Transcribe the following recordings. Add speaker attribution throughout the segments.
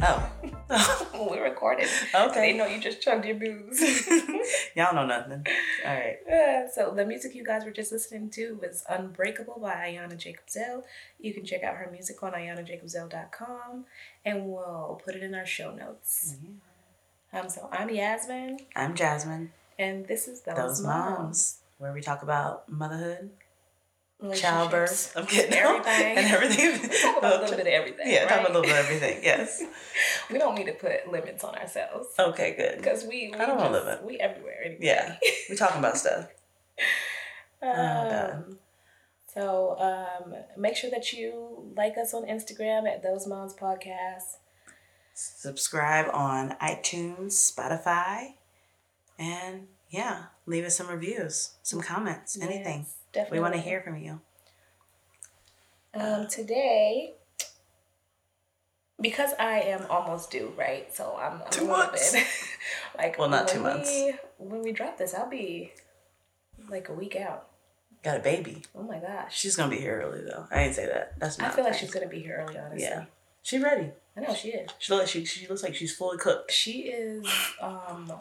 Speaker 1: Oh. They know you just chugged your booze.
Speaker 2: Y'all know nothing. All right.
Speaker 1: Uh, so the music you guys were just listening to was Unbreakable by Ayana Jacobzell. You can check out her music on ayanajacobzell.com and we'll put it in our show notes. Um, so I'm Yasmin
Speaker 2: Mm-hmm. I'm Jasmine.
Speaker 1: and this is Those,
Speaker 2: Those moms.
Speaker 1: Moms.
Speaker 2: Where we talk about motherhood,
Speaker 1: Relationships.
Speaker 2: childbirth. I'm kidding.
Speaker 1: Everything.
Speaker 2: and everything.
Speaker 1: We talk about a little bit of everything.
Speaker 2: Yeah, talk
Speaker 1: right?
Speaker 2: about a little bit of everything. Yes.
Speaker 1: We don't need to put limits on ourselves
Speaker 2: Okay, good.
Speaker 1: because we we,
Speaker 2: I don't want
Speaker 1: just-
Speaker 2: limit.
Speaker 1: we everywhere. Anyway.
Speaker 2: Yeah. We talking about stuff. Oh, God.
Speaker 1: Um, so um, make sure that you like us on Instagram at Those Moms Podcast.
Speaker 2: Subscribe on iTunes, Spotify, and yeah, leave us some reviews, some comments, anything.
Speaker 1: Yes, definitely.
Speaker 2: We want to hear from you.
Speaker 1: Um, today, because I am almost due, right? So I'm, I'm
Speaker 2: Two
Speaker 1: a little
Speaker 2: months.
Speaker 1: bit- like
Speaker 2: Well, not
Speaker 1: when
Speaker 2: two months.
Speaker 1: We, when we drop this, I'll be like a week out.
Speaker 2: Got a baby.
Speaker 1: Oh my gosh!
Speaker 2: She's gonna be here early though. I ain't say that. That's
Speaker 1: I
Speaker 2: not.
Speaker 1: feel like
Speaker 2: nice.
Speaker 1: she's gonna be here early. Honestly,
Speaker 2: Yeah, she ready.
Speaker 1: I know she is.
Speaker 2: She looks like she, she looks like she's fully cooked.
Speaker 1: She is um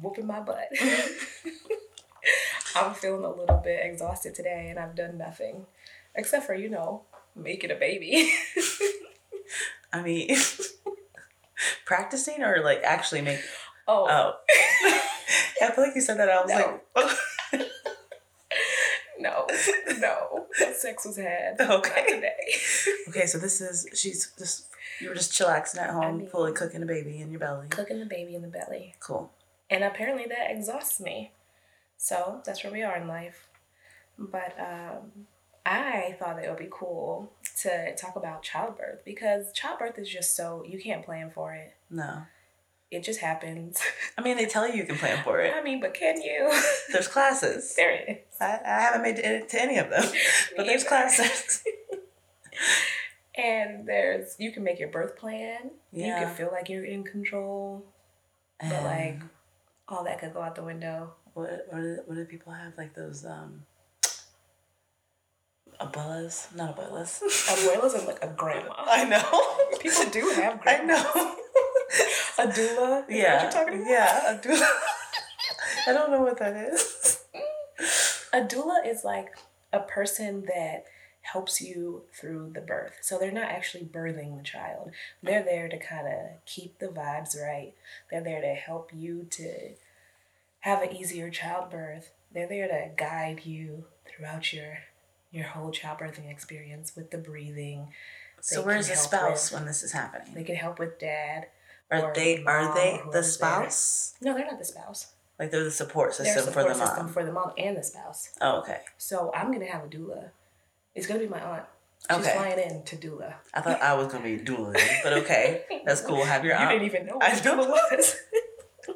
Speaker 1: whooping my butt. I'm feeling a little bit exhausted today and I've done nothing except for, you know, making a baby.
Speaker 2: I mean, practicing or like actually make.
Speaker 1: oh,
Speaker 2: Oh, I feel like you said that. I was
Speaker 1: No.
Speaker 2: like,
Speaker 1: no, no. No sex was had. Not
Speaker 2: okay,
Speaker 1: today.
Speaker 2: okay. So this is she's just you were just chillaxing at home,
Speaker 1: mean-
Speaker 2: fully cooking a baby in your belly.
Speaker 1: Cooking the baby in the belly.
Speaker 2: Cool.
Speaker 1: And apparently that exhausts me. So that's where we are in life. But um, I thought that it would be cool to talk about childbirth because childbirth is just so, you can't plan for it.
Speaker 2: No,
Speaker 1: It just happens.
Speaker 2: I mean they tell you you can plan for it.
Speaker 1: I mean, but can you?
Speaker 2: There's classes.
Speaker 1: there it is.
Speaker 2: I, I haven't made it to any of them, but there's
Speaker 1: either.
Speaker 2: classes.
Speaker 1: And there's you can make your birth plan. You
Speaker 2: Yeah.
Speaker 1: can feel like you're in control. But
Speaker 2: And
Speaker 1: like all that could go out the window.
Speaker 2: what what do, what do people have like those um. Abuelas, not abuelas.
Speaker 1: Abuelas are like a grandma.
Speaker 2: I know.
Speaker 1: People do have
Speaker 2: I
Speaker 1: grandma.
Speaker 2: know.
Speaker 1: A doula. Is
Speaker 2: yeah.
Speaker 1: That what you're talking about?
Speaker 2: Yeah, a doula. I don't know what that is.
Speaker 1: A doula is like a person that helps you through the birth. So they're not actually birthing the child. They're there to kind of keep the vibes right. They're there to help you to have an easier childbirth. They're there to guide you throughout your your whole childbirthing experience with the breathing.
Speaker 2: So
Speaker 1: They
Speaker 2: where's the
Speaker 1: can help
Speaker 2: spouse
Speaker 1: with-
Speaker 2: when this is happening?
Speaker 1: They can help with dad.
Speaker 2: are
Speaker 1: or
Speaker 2: they
Speaker 1: mom
Speaker 2: are they
Speaker 1: or
Speaker 2: the
Speaker 1: whoever's there.
Speaker 2: spouse?
Speaker 1: No, they're not the spouse.
Speaker 2: Like they're the support
Speaker 1: They're a
Speaker 2: system
Speaker 1: support
Speaker 2: for the mom.
Speaker 1: system for the mom and the spouse.
Speaker 2: oh, okay.
Speaker 1: So I'm gonna have a doula. It's gonna be my aunt. She's
Speaker 2: Okay.
Speaker 1: flying in to doula.
Speaker 2: I thought I was gonna be doula, but okay, that's cool. Have your
Speaker 1: You
Speaker 2: aunt.
Speaker 1: didn't even know
Speaker 2: I
Speaker 1: what
Speaker 2: know.
Speaker 1: doula was.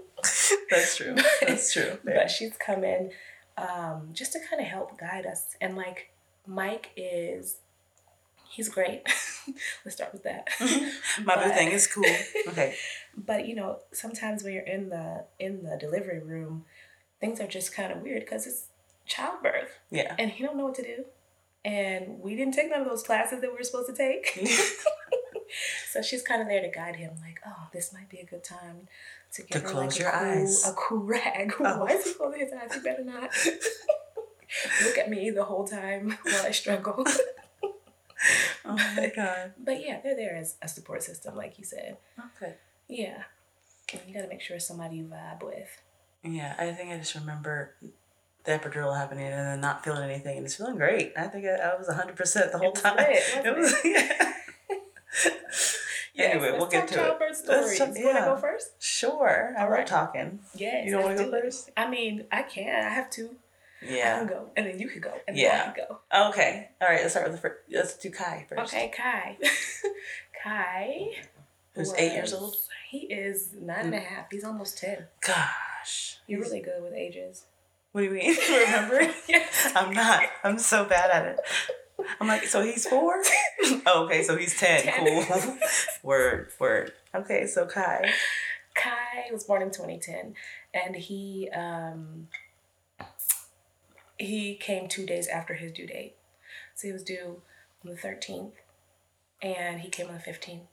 Speaker 2: That's true. That's true.
Speaker 1: but she's coming um, just to kind of help guide us. And like Mike is, he's great. Let's start with that.
Speaker 2: Mm-hmm. My boo
Speaker 1: but-
Speaker 2: thing is cool. Okay.
Speaker 1: but you know, sometimes when you're in the in the delivery room, things are just kind of weird because it's childbirth,
Speaker 2: Yeah.
Speaker 1: and he don't know what to do. And we didn't take none of those classes that we were supposed to take. So she's kind of there to guide him, like, oh, this might be a good time to give
Speaker 2: To
Speaker 1: her
Speaker 2: close
Speaker 1: like
Speaker 2: your
Speaker 1: a, cool,
Speaker 2: eyes.
Speaker 1: a cool rag.
Speaker 2: Oh.
Speaker 1: Why is he closing his eyes? He better not look at me the whole time while I struggle.
Speaker 2: oh my god.
Speaker 1: but yeah, they're there as a support system, like you said.
Speaker 2: Okay.
Speaker 1: Yeah, and you got to make sure it's somebody you vibe with.
Speaker 2: Yeah, I think I just remember the epidural happening and then not feeling anything and it's feeling great. I think I, I was 100% the whole
Speaker 1: was
Speaker 2: time.
Speaker 1: lit, wasn't
Speaker 2: it was, yeah.
Speaker 1: Yes,
Speaker 2: anyway,
Speaker 1: let's
Speaker 2: we'll
Speaker 1: talk
Speaker 2: get to it.
Speaker 1: childbirth
Speaker 2: Let's
Speaker 1: stories.
Speaker 2: talk-
Speaker 1: You want to
Speaker 2: yeah.
Speaker 1: go first?
Speaker 2: Sure. I
Speaker 1: All
Speaker 2: love
Speaker 1: right.
Speaker 2: talking.
Speaker 1: Yes.
Speaker 2: You don't want
Speaker 1: let's
Speaker 2: to go
Speaker 1: do it.
Speaker 2: first?
Speaker 1: I mean, I can. I have to. I can
Speaker 2: Yeah.
Speaker 1: go, and then you could go, and
Speaker 2: Yeah.
Speaker 1: then I could go.
Speaker 2: Okay. All right. Let's start with the first. Let's do Kai first.
Speaker 1: Okay, Kai. Kai.
Speaker 2: Who's eight years
Speaker 1: was-
Speaker 2: old?
Speaker 1: He is nine and a half. He's almost ten.
Speaker 2: Gosh.
Speaker 1: You're really good with ages.
Speaker 2: What do you mean? Remember?
Speaker 1: Yes.
Speaker 2: I'm not. I'm so bad at it. I'm like, so he's four? oh, okay, so he's 10.
Speaker 1: Ten.
Speaker 2: Cool. word, word. Okay, so Kai.
Speaker 1: Kai was born in 2010, and he um, he came two days after his due date. So he was due on the 13th, and he came on the 15th.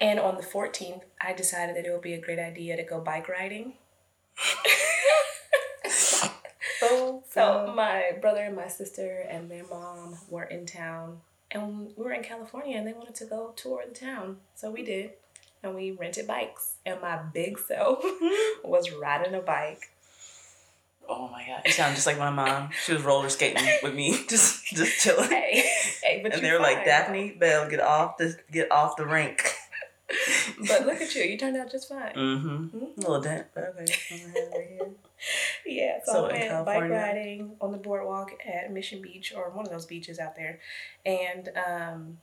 Speaker 1: And on the 14th, I decided that it would be a great idea to go bike riding.
Speaker 2: Oh,
Speaker 1: So my brother and my sister and their mom were in town, and we were in California, and they wanted to go tour the town. So we did, and we rented bikes. And my big self was riding a bike.
Speaker 2: oh my god, you sound just like my mom. She was roller skating with me, just just chilling.
Speaker 1: Hey, hey, but
Speaker 2: and
Speaker 1: you
Speaker 2: they were like,
Speaker 1: fine.
Speaker 2: Daphne Bell, get off the get off the rink.
Speaker 1: But look at you, you turned out just fine.
Speaker 2: Mm-hmm.
Speaker 1: Mhm.
Speaker 2: A little dent. Okay. over here.
Speaker 1: Yeah, so,
Speaker 2: So
Speaker 1: I
Speaker 2: in
Speaker 1: went bike
Speaker 2: California-
Speaker 1: riding on the boardwalk at Mission Beach or one of those beaches out there. And um,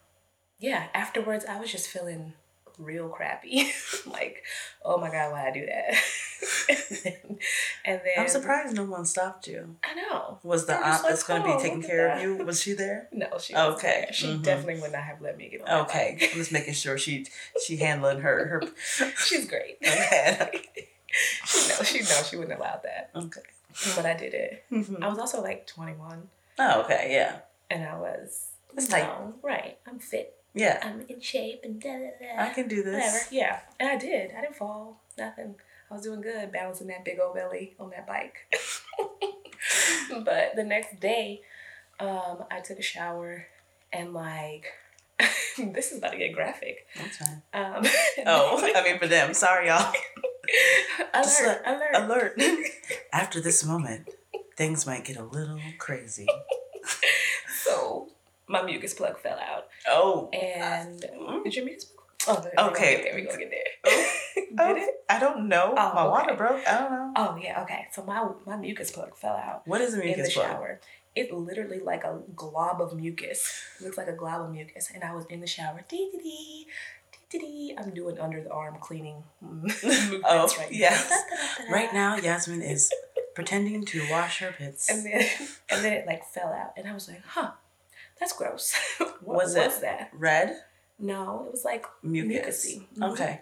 Speaker 1: yeah, afterwards I was just feeling real crappy. like, oh my God, why I do that? and then
Speaker 2: I'm surprised no one stopped you.
Speaker 1: I know.
Speaker 2: Was the
Speaker 1: They were just
Speaker 2: aunt that's
Speaker 1: like,
Speaker 2: going to
Speaker 1: "Oh,
Speaker 2: be taking
Speaker 1: look at
Speaker 2: care of
Speaker 1: that."
Speaker 2: you? Was she there?
Speaker 1: No, she was
Speaker 2: Okay,
Speaker 1: She
Speaker 2: mhm.
Speaker 1: definitely would not have let me get on. that
Speaker 2: Okay,
Speaker 1: bike.
Speaker 2: I'm just making sure she she handling her her.
Speaker 1: She's great.
Speaker 2: Okay.
Speaker 1: she knows she knows she wouldn't allow that.
Speaker 2: okay.
Speaker 1: But I did it.
Speaker 2: Mhm.
Speaker 1: I was also like twenty one
Speaker 2: Oh, okay. Yeah.
Speaker 1: and I was
Speaker 2: It's like
Speaker 1: "No, right. I'm fit.
Speaker 2: yeah.
Speaker 1: I'm in shape and da da da.
Speaker 2: I can do this.
Speaker 1: Whatever. Yeah. And I did. I didn't fall. Nothing. I was doing good balancing that big old belly on that bike. but the next day, um, I took a shower and like this is about to get graphic.
Speaker 2: That's fine.
Speaker 1: Um
Speaker 2: Oh, I mean for them. Sorry, y'all. just um,
Speaker 1: alert, alert.
Speaker 2: Alert. After this moment, things might get a little crazy.
Speaker 1: So my mucus plug fell out.
Speaker 2: Oh.
Speaker 1: And
Speaker 2: Mm.
Speaker 1: did your mucus plug Oh there we go,
Speaker 2: Okay.
Speaker 1: there we go get
Speaker 2: Oh.
Speaker 1: there.
Speaker 2: Oh,
Speaker 1: Did it?
Speaker 2: I don't know.
Speaker 1: Oh,
Speaker 2: my water
Speaker 1: okay.
Speaker 2: broke. I don't know.
Speaker 1: Oh yeah, okay. So my my mucus plug fell out.
Speaker 2: What is a
Speaker 1: in the
Speaker 2: mucus plug?
Speaker 1: shower. It literally like a glob of mucus. looks like a glob of mucus. And I was in the shower. Dee dee dee. Dee dee dee. I'm doing under the arm cleaning movements
Speaker 2: Oh,
Speaker 1: right
Speaker 2: yes.
Speaker 1: now. Da, da, da, da.
Speaker 2: Right now, Yasmin is pretending to wash her pits.
Speaker 1: And then and then it like fell out. And I was like, huh, that's gross. what
Speaker 2: Was
Speaker 1: was,
Speaker 2: it-
Speaker 1: that?
Speaker 2: Red
Speaker 1: No, it was like
Speaker 2: mucus.
Speaker 1: Mucusy. Mhm.
Speaker 2: Okay.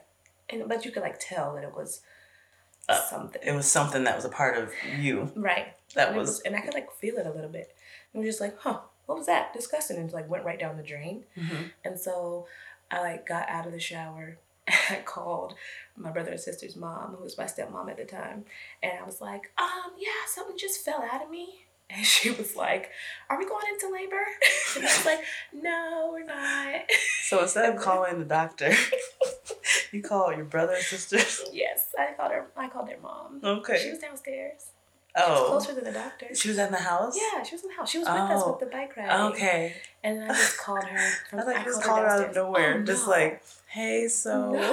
Speaker 1: and but you could like tell that it was
Speaker 2: Uh,
Speaker 1: something.
Speaker 2: It was something that was a part of you.
Speaker 1: right.
Speaker 2: That
Speaker 1: and Mm-hmm. it
Speaker 2: was.
Speaker 1: and I could like feel it a little bit. And we're just like, huh, what was that? Disgusting. And it like went right down the drain.
Speaker 2: Mhm.
Speaker 1: And so I like got out of the shower and I called my brother and sister's mom, who was my stepmom at the time, and I was like, um, yeah, something just fell out of me. And she was like, Are we going into labor? And I was like, No, we're not.
Speaker 2: So instead of calling the doctor, you call your brother and sister.
Speaker 1: yes, I called her I called their mom. She
Speaker 2: Okay.
Speaker 1: was downstairs. She was
Speaker 2: Oh.
Speaker 1: closer to the doctor.
Speaker 2: She was at the house?
Speaker 1: Yeah, she was in the house. She was with us
Speaker 2: Oh,
Speaker 1: with the bike ride.
Speaker 2: Okay.
Speaker 1: And then I just called her.
Speaker 2: I like just
Speaker 1: called
Speaker 2: called her out of
Speaker 1: downstairs.
Speaker 2: nowhere.
Speaker 1: Oh,
Speaker 2: Just
Speaker 1: no.
Speaker 2: like, hey, so.
Speaker 1: No,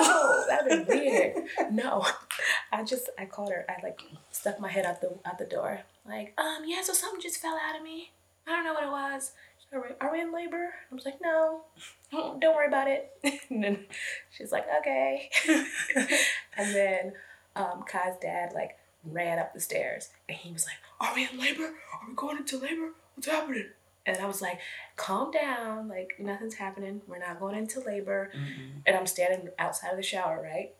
Speaker 1: that'd be weird. No, I just I called her. I like stuck my head out the out the door. Like, um, yeah. So something just fell out of me. I don't know what it was. She's like, Are we, are we in labor? I was like, no. Don't worry about it. and then she's like, okay. and then um, Kai's dad like ran up the stairs and he was like, Are we in labor? Are we going into labor? What's happening? And I was like, calm down. Like, nothing's happening. We're not going into labor
Speaker 2: Mhm.
Speaker 1: and I'm standing outside of the shower, right?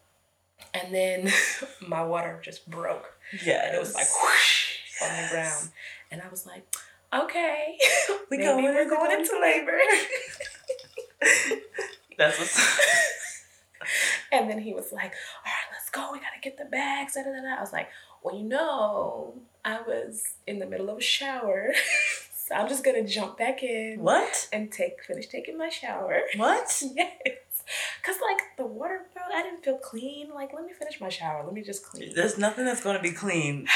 Speaker 1: And then my water just broke
Speaker 2: Yes.
Speaker 1: and it was like whoosh on the
Speaker 2: Yes.
Speaker 1: ground. And I was like, okay,
Speaker 2: We
Speaker 1: we
Speaker 2: going,
Speaker 1: maybe
Speaker 2: we're
Speaker 1: we're going
Speaker 2: going.
Speaker 1: into labor.
Speaker 2: That's what's.
Speaker 1: and then he was like, all right, let's go. We got to get the bags. Da, da, da, da. I was like, well, you know, I was in the middle of a shower. so I'm just going to jump back in
Speaker 2: What?
Speaker 1: and take finish taking my shower.
Speaker 2: What?
Speaker 1: Yes. Cause like the water bro, I didn't feel clean. Like, let me finish my shower. Let me just clean.
Speaker 2: There's nothing that's going to be clean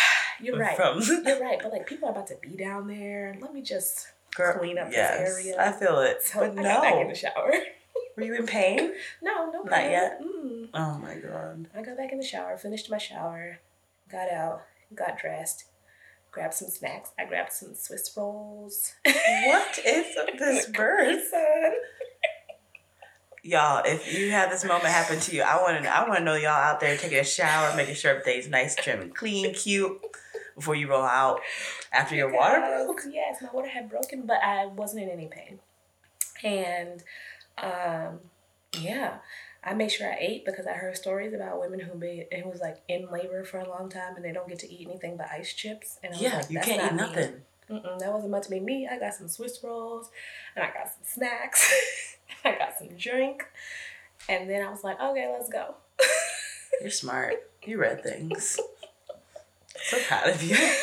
Speaker 1: You're right.
Speaker 2: from
Speaker 1: You're right. But like people are about to be down there. Let me just
Speaker 2: Girl,
Speaker 1: clean up
Speaker 2: yes,
Speaker 1: this area.
Speaker 2: I feel it.
Speaker 1: so
Speaker 2: but
Speaker 1: I got back in
Speaker 2: no,
Speaker 1: the shower.
Speaker 2: were you in pain?
Speaker 1: No, no.
Speaker 2: Not
Speaker 1: problem.
Speaker 2: yet?
Speaker 1: Mm.
Speaker 2: Oh my god.
Speaker 1: I got back in the shower, finished my shower, got out, got dressed, grabbed some snacks. I grabbed some Swiss rolls.
Speaker 2: What is this birth?
Speaker 1: Son.
Speaker 2: Y'all, if you had this moment happen to you, I want to. I want to know y'all out there taking a shower, making sure everything's nice, trim, and clean, cute before you roll out after your water
Speaker 1: Because,
Speaker 2: broke.
Speaker 1: Yes, my water had broken, but I wasn't in any pain. And um, yeah, I made sure I ate because I heard stories about women who be who was like in labor for a long time and they don't get to eat anything but ice chips. And I was
Speaker 2: Yeah,
Speaker 1: like,
Speaker 2: you
Speaker 1: "That's
Speaker 2: can't eat
Speaker 1: not me."
Speaker 2: nothing.
Speaker 1: Mm-mm, that wasn't meant to be me. I got some Swiss rolls, and I got some snacks, and I got some drink, And then I was like, okay, let's go.
Speaker 2: You're smart. You read things. so proud of you.
Speaker 1: I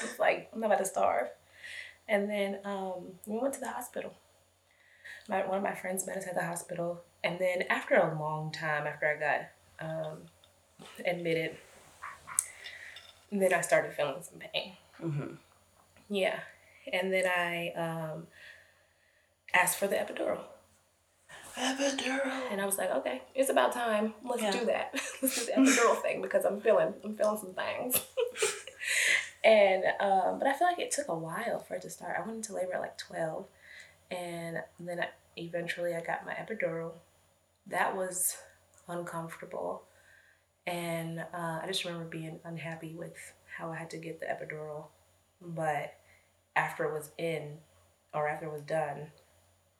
Speaker 1: was like, I'm not about to starve. And then um, we went to the hospital. My, one of my friends met us at the hospital. And then after a long time, after I got um, admitted, then I started feeling some pain.
Speaker 2: Mm-hmm.
Speaker 1: Yeah. And then I um, asked for the epidural.
Speaker 2: Epidural.
Speaker 1: And I was like, okay, it's about time. Let's
Speaker 2: Yeah.
Speaker 1: do that. Let's do the epidural thing because I'm feeling, I'm feeling some things. and um, but I feel like it took a while for it to start. I went into labor at like twelve, and then I, eventually I got my epidural. That was uncomfortable, and uh, I just remember being unhappy with how I had to get the epidural. But after it was in, or after it was done,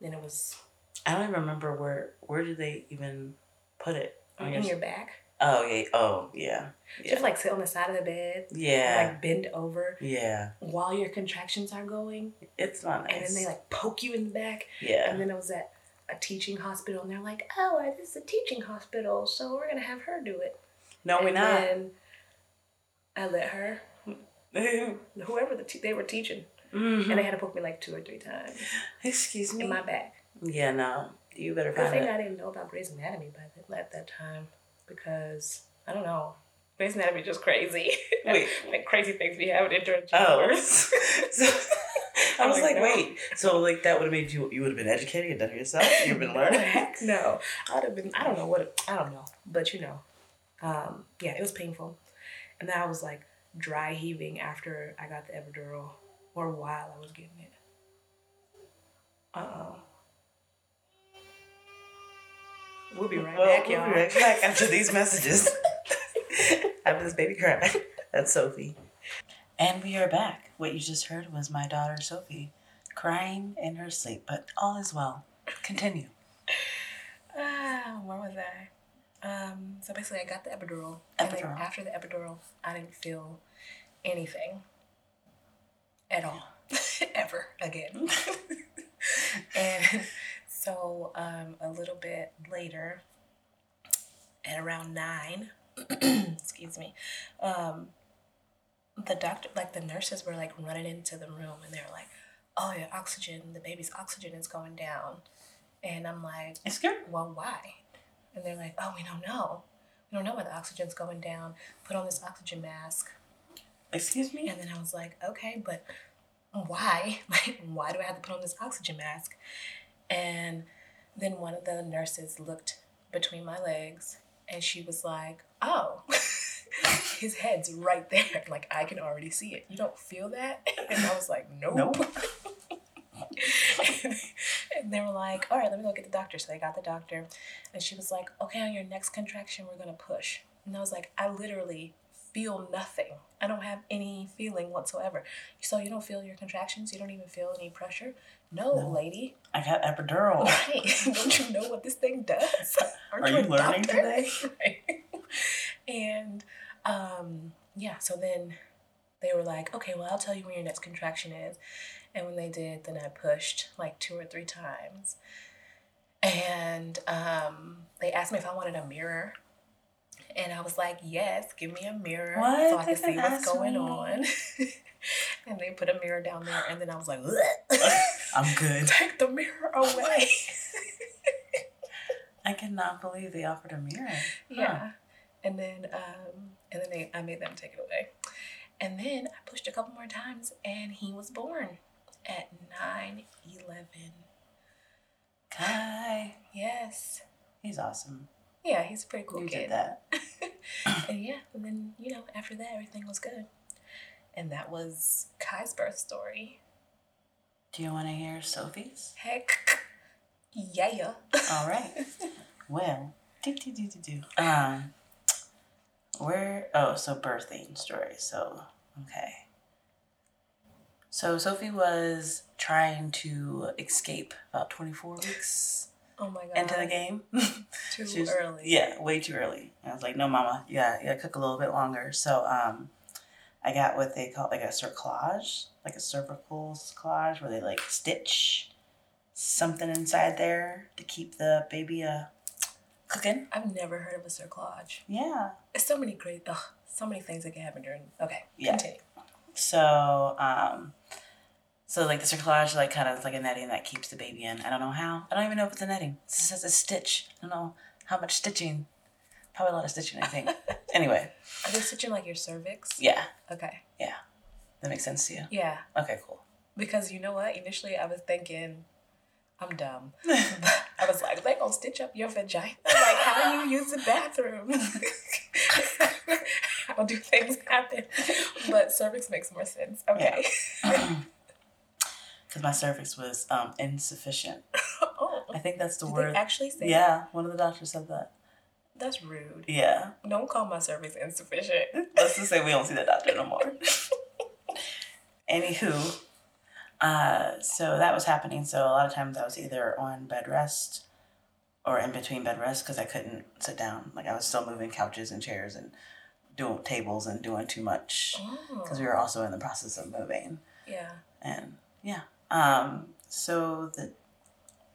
Speaker 1: then it was
Speaker 2: I don't even remember where. Where did they even put it? I
Speaker 1: in
Speaker 2: guess-
Speaker 1: your back.
Speaker 2: Oh yeah. Oh yeah.
Speaker 1: Just like sit on the side of the bed,
Speaker 2: Yeah.
Speaker 1: like bend over
Speaker 2: yeah.
Speaker 1: while your contractions are going,
Speaker 2: It's not nice.
Speaker 1: and then they like poke you in the back.
Speaker 2: yeah.
Speaker 1: And then I was at a teaching hospital, and they're like, "Oh, uh, this is a teaching hospital, so we're gonna have her do it."
Speaker 2: No, we're
Speaker 1: And
Speaker 2: not.
Speaker 1: Then I let her. Whoever the te- they were teaching, and
Speaker 2: Mhm.
Speaker 1: they had to poke me like two or three times
Speaker 2: Excuse me.
Speaker 1: in my back.
Speaker 2: yeah. No. You better
Speaker 1: Good
Speaker 2: find
Speaker 1: thing
Speaker 2: it.
Speaker 1: I didn't know about Grey's Anatomy by the, at that time because I don't know. Grey's Anatomy is just crazy.
Speaker 2: Wait.
Speaker 1: like crazy things we have in internship.
Speaker 2: Oh. so, I
Speaker 1: I'm
Speaker 2: was
Speaker 1: like,
Speaker 2: like,
Speaker 1: no.
Speaker 2: wait. So like that would have made you. You would have been educated. You've done it yourself. You've been learning.
Speaker 1: Heck no. I'd have been, I don't know what, I don't know, but you know. Um, yeah, it was painful. And then I was like dry heaving after I got the epidural or while I was getting it. Uh oh. We'll be right
Speaker 2: Well,
Speaker 1: back,
Speaker 2: we'll
Speaker 1: y'all.
Speaker 2: be right back after these messages. after this baby cry. That's Sophie. And we are back. What you just heard was my daughter Sophie crying in her sleep, but all is well. Continue.
Speaker 1: Ah, where was I? Um, so basically, I got the epidural. And then
Speaker 2: Epidural.
Speaker 1: after the epidural, I didn't feel anything at all, ever again. and so, um, a little bit later, at around nine, excuse me, um, the doctor, like the nurses, were like running into the room and they were like, "Oh, your oxygen, the baby's oxygen is going down," and I'm like
Speaker 2: It's good.
Speaker 1: well, why? And they're like, oh, we don't know. We don't know why the oxygen's going down. Put on this oxygen mask.
Speaker 2: Excuse me?
Speaker 1: And then I was like, okay, but why? Like, why do I have to put on this oxygen mask? And then one of the nurses looked between my legs and she was like, oh, his head's right there. Like, I can already see it. You don't feel that? And I was like, nope.
Speaker 2: Nope.
Speaker 1: and they were like, all right, let me go get the doctor. So they got the doctor. And she was like, okay, on your next contraction, we're going to push. And I was like, I literally feel nothing. I don't have any feeling whatsoever. So you don't feel your contractions? You don't even feel any pressure? No,
Speaker 2: No.
Speaker 1: lady.
Speaker 2: I got epidural.
Speaker 1: Right. Oh, don't you know what this thing does? Aren't
Speaker 2: Are you
Speaker 1: a
Speaker 2: learning today?
Speaker 1: Right. and um, yeah, so then they were like, okay, well, I'll tell you when your next contraction is. And when they did, then I pushed like two or three times. And um, they asked me if I wanted a mirror. And I was like, yes, give me a mirror
Speaker 2: What?
Speaker 1: so I
Speaker 2: They
Speaker 1: can see
Speaker 2: didn't
Speaker 1: what's
Speaker 2: ask
Speaker 1: going
Speaker 2: me.
Speaker 1: on. and they put a mirror down there. And then I was like, "Ugh."
Speaker 2: I'm good.
Speaker 1: take the mirror away.
Speaker 2: I cannot believe they offered a mirror.
Speaker 1: Yeah. And then um, and then they, I made them take it away. And then I pushed a couple more times and he was born at 9 11.
Speaker 2: Kai.
Speaker 1: Yes.
Speaker 2: He's awesome.
Speaker 1: Yeah, he's a pretty cool
Speaker 2: You
Speaker 1: kid.
Speaker 2: did that.
Speaker 1: And yeah, and then, you know, after that, everything was good. And that was Kai's birth story.
Speaker 2: Do you want to hear Sophie's?
Speaker 1: Heck yeah.
Speaker 2: All right. Well, do do do do do. Um, where? Oh, so birthing story. So okay. So Sophie was trying to escape about twenty four weeks
Speaker 1: Oh my God.
Speaker 2: into the game.
Speaker 1: Too
Speaker 2: She was-
Speaker 1: early.
Speaker 2: Yeah, way too early. And I was like, no, mama, you gotta, you gotta cook a little bit longer. So um, I got what they call like a cerclage, like a cervical cerclage, where they like stitch something inside there to keep the baby uh, Cooking.
Speaker 1: I've never heard of a cerclage.
Speaker 2: Yeah.
Speaker 1: There's so many great, ugh, so many things that can happen during. Okay,
Speaker 2: Yeah.
Speaker 1: continue.
Speaker 2: So, um, so like the cerclage, like kind of is like a netting that keeps the baby in. I don't know how. I don't even know if it's a netting. It just says a stitch. I don't know how much stitching. Probably a lot of stitching, I think. anyway,
Speaker 1: Are they stitching like your cervix?
Speaker 2: yeah,
Speaker 1: Okay.
Speaker 2: that makes sense to you.
Speaker 1: Yeah.
Speaker 2: Okay, cool.
Speaker 1: Because you know what? Initially, I was thinking, I'm dumb. I was like, they gonna stitch up your vagina? Like, how do you use the bathroom? how do things happen? But cervix makes more sense. Okay.
Speaker 2: Because my cervix was um, insufficient.
Speaker 1: oh,
Speaker 2: I think that's the
Speaker 1: did
Speaker 2: word.
Speaker 1: they actually say?
Speaker 2: yeah, one of the doctors said that.
Speaker 1: That's rude.
Speaker 2: Yeah,
Speaker 1: Don't call my cervix insufficient.
Speaker 2: let's just say we don't see that doctor no more. Anywho, uh, so that was happening. So a lot of times I was either on bed rest or in between bed rest because I couldn't sit down. Like I was still moving couches and chairs and doing tables and doing too much because
Speaker 1: Oh.
Speaker 2: we were also in the process of moving.
Speaker 1: Yeah.
Speaker 2: and yeah um so the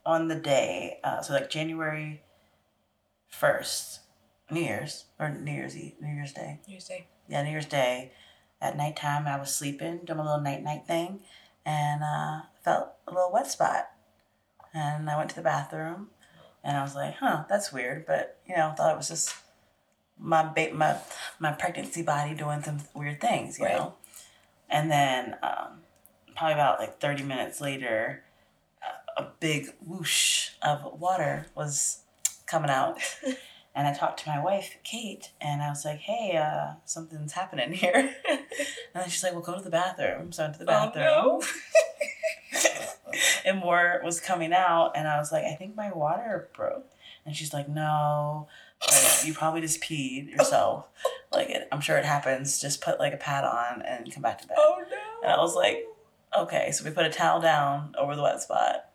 Speaker 2: on the day uh, so like january 1st new year's or new year's eve new year's day
Speaker 1: You say.
Speaker 2: yeah new year's day at nighttime i was sleeping doing my little night night thing and uh felt a little wet spot and i went to the bathroom and i was like huh that's weird but you know thought it was just my ba- my my pregnancy body doing some weird things you
Speaker 1: Right.
Speaker 2: know and then um, probably about like 30 minutes later a- a big whoosh of water was coming out and i talked to my wife kate and i was like hey uh, something's happening here and then she's like well go to the bathroom so i went to the
Speaker 1: Oh
Speaker 2: bathroom
Speaker 1: no.
Speaker 2: and more was coming out and i was like i think my water broke and she's like no like, you probably just peed yourself like it, i'm sure it happens just put like a pad on and come back to bed
Speaker 1: Oh no.
Speaker 2: And I was like, okay so we put a towel down over the wet spot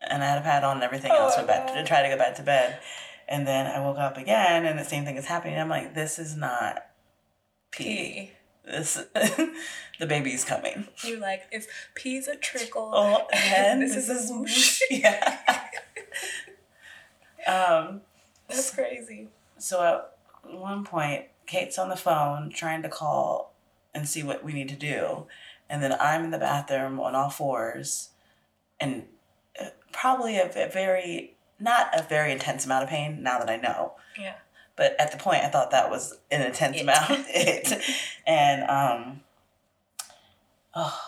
Speaker 2: and i had a pad on and everything
Speaker 1: Oh,
Speaker 2: else went back
Speaker 1: no.
Speaker 2: to try to go back to bed and then i woke up again and the same thing is happening i'm like this is not pee
Speaker 1: pee.
Speaker 2: this the baby's coming
Speaker 1: You're like, it's pee's a trickle.
Speaker 2: Oh, and
Speaker 1: This
Speaker 2: this,
Speaker 1: is
Speaker 2: is
Speaker 1: a whoosh.
Speaker 2: yeah. um.
Speaker 1: That's crazy.
Speaker 2: So at one point, Kate's on the phone trying to call and see what we need to do, and then I'm in the bathroom on all fours, and uh, probably a, a very not a very intense amount of pain now that I know.
Speaker 1: Yeah.
Speaker 2: But at the point, I thought that was an intense
Speaker 1: It.
Speaker 2: amount. It and um, oh,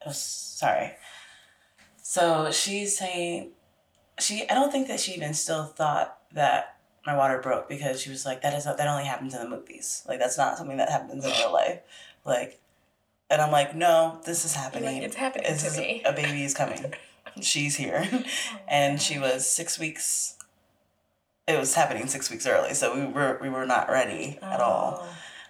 Speaker 2: it was- sorry. So she's saying, she I don't think that she even still thought that my water broke because she was like, that is not, that only happens in the movies. Like that's not something that happens in real life. Like, and I'm like, no, this is
Speaker 1: You're
Speaker 2: happening.
Speaker 1: like, it's happening
Speaker 2: This
Speaker 1: to
Speaker 2: is-
Speaker 1: me.
Speaker 2: a baby is coming. She's here and she was six weeks. It was happening six weeks early, so we were we were not ready at all.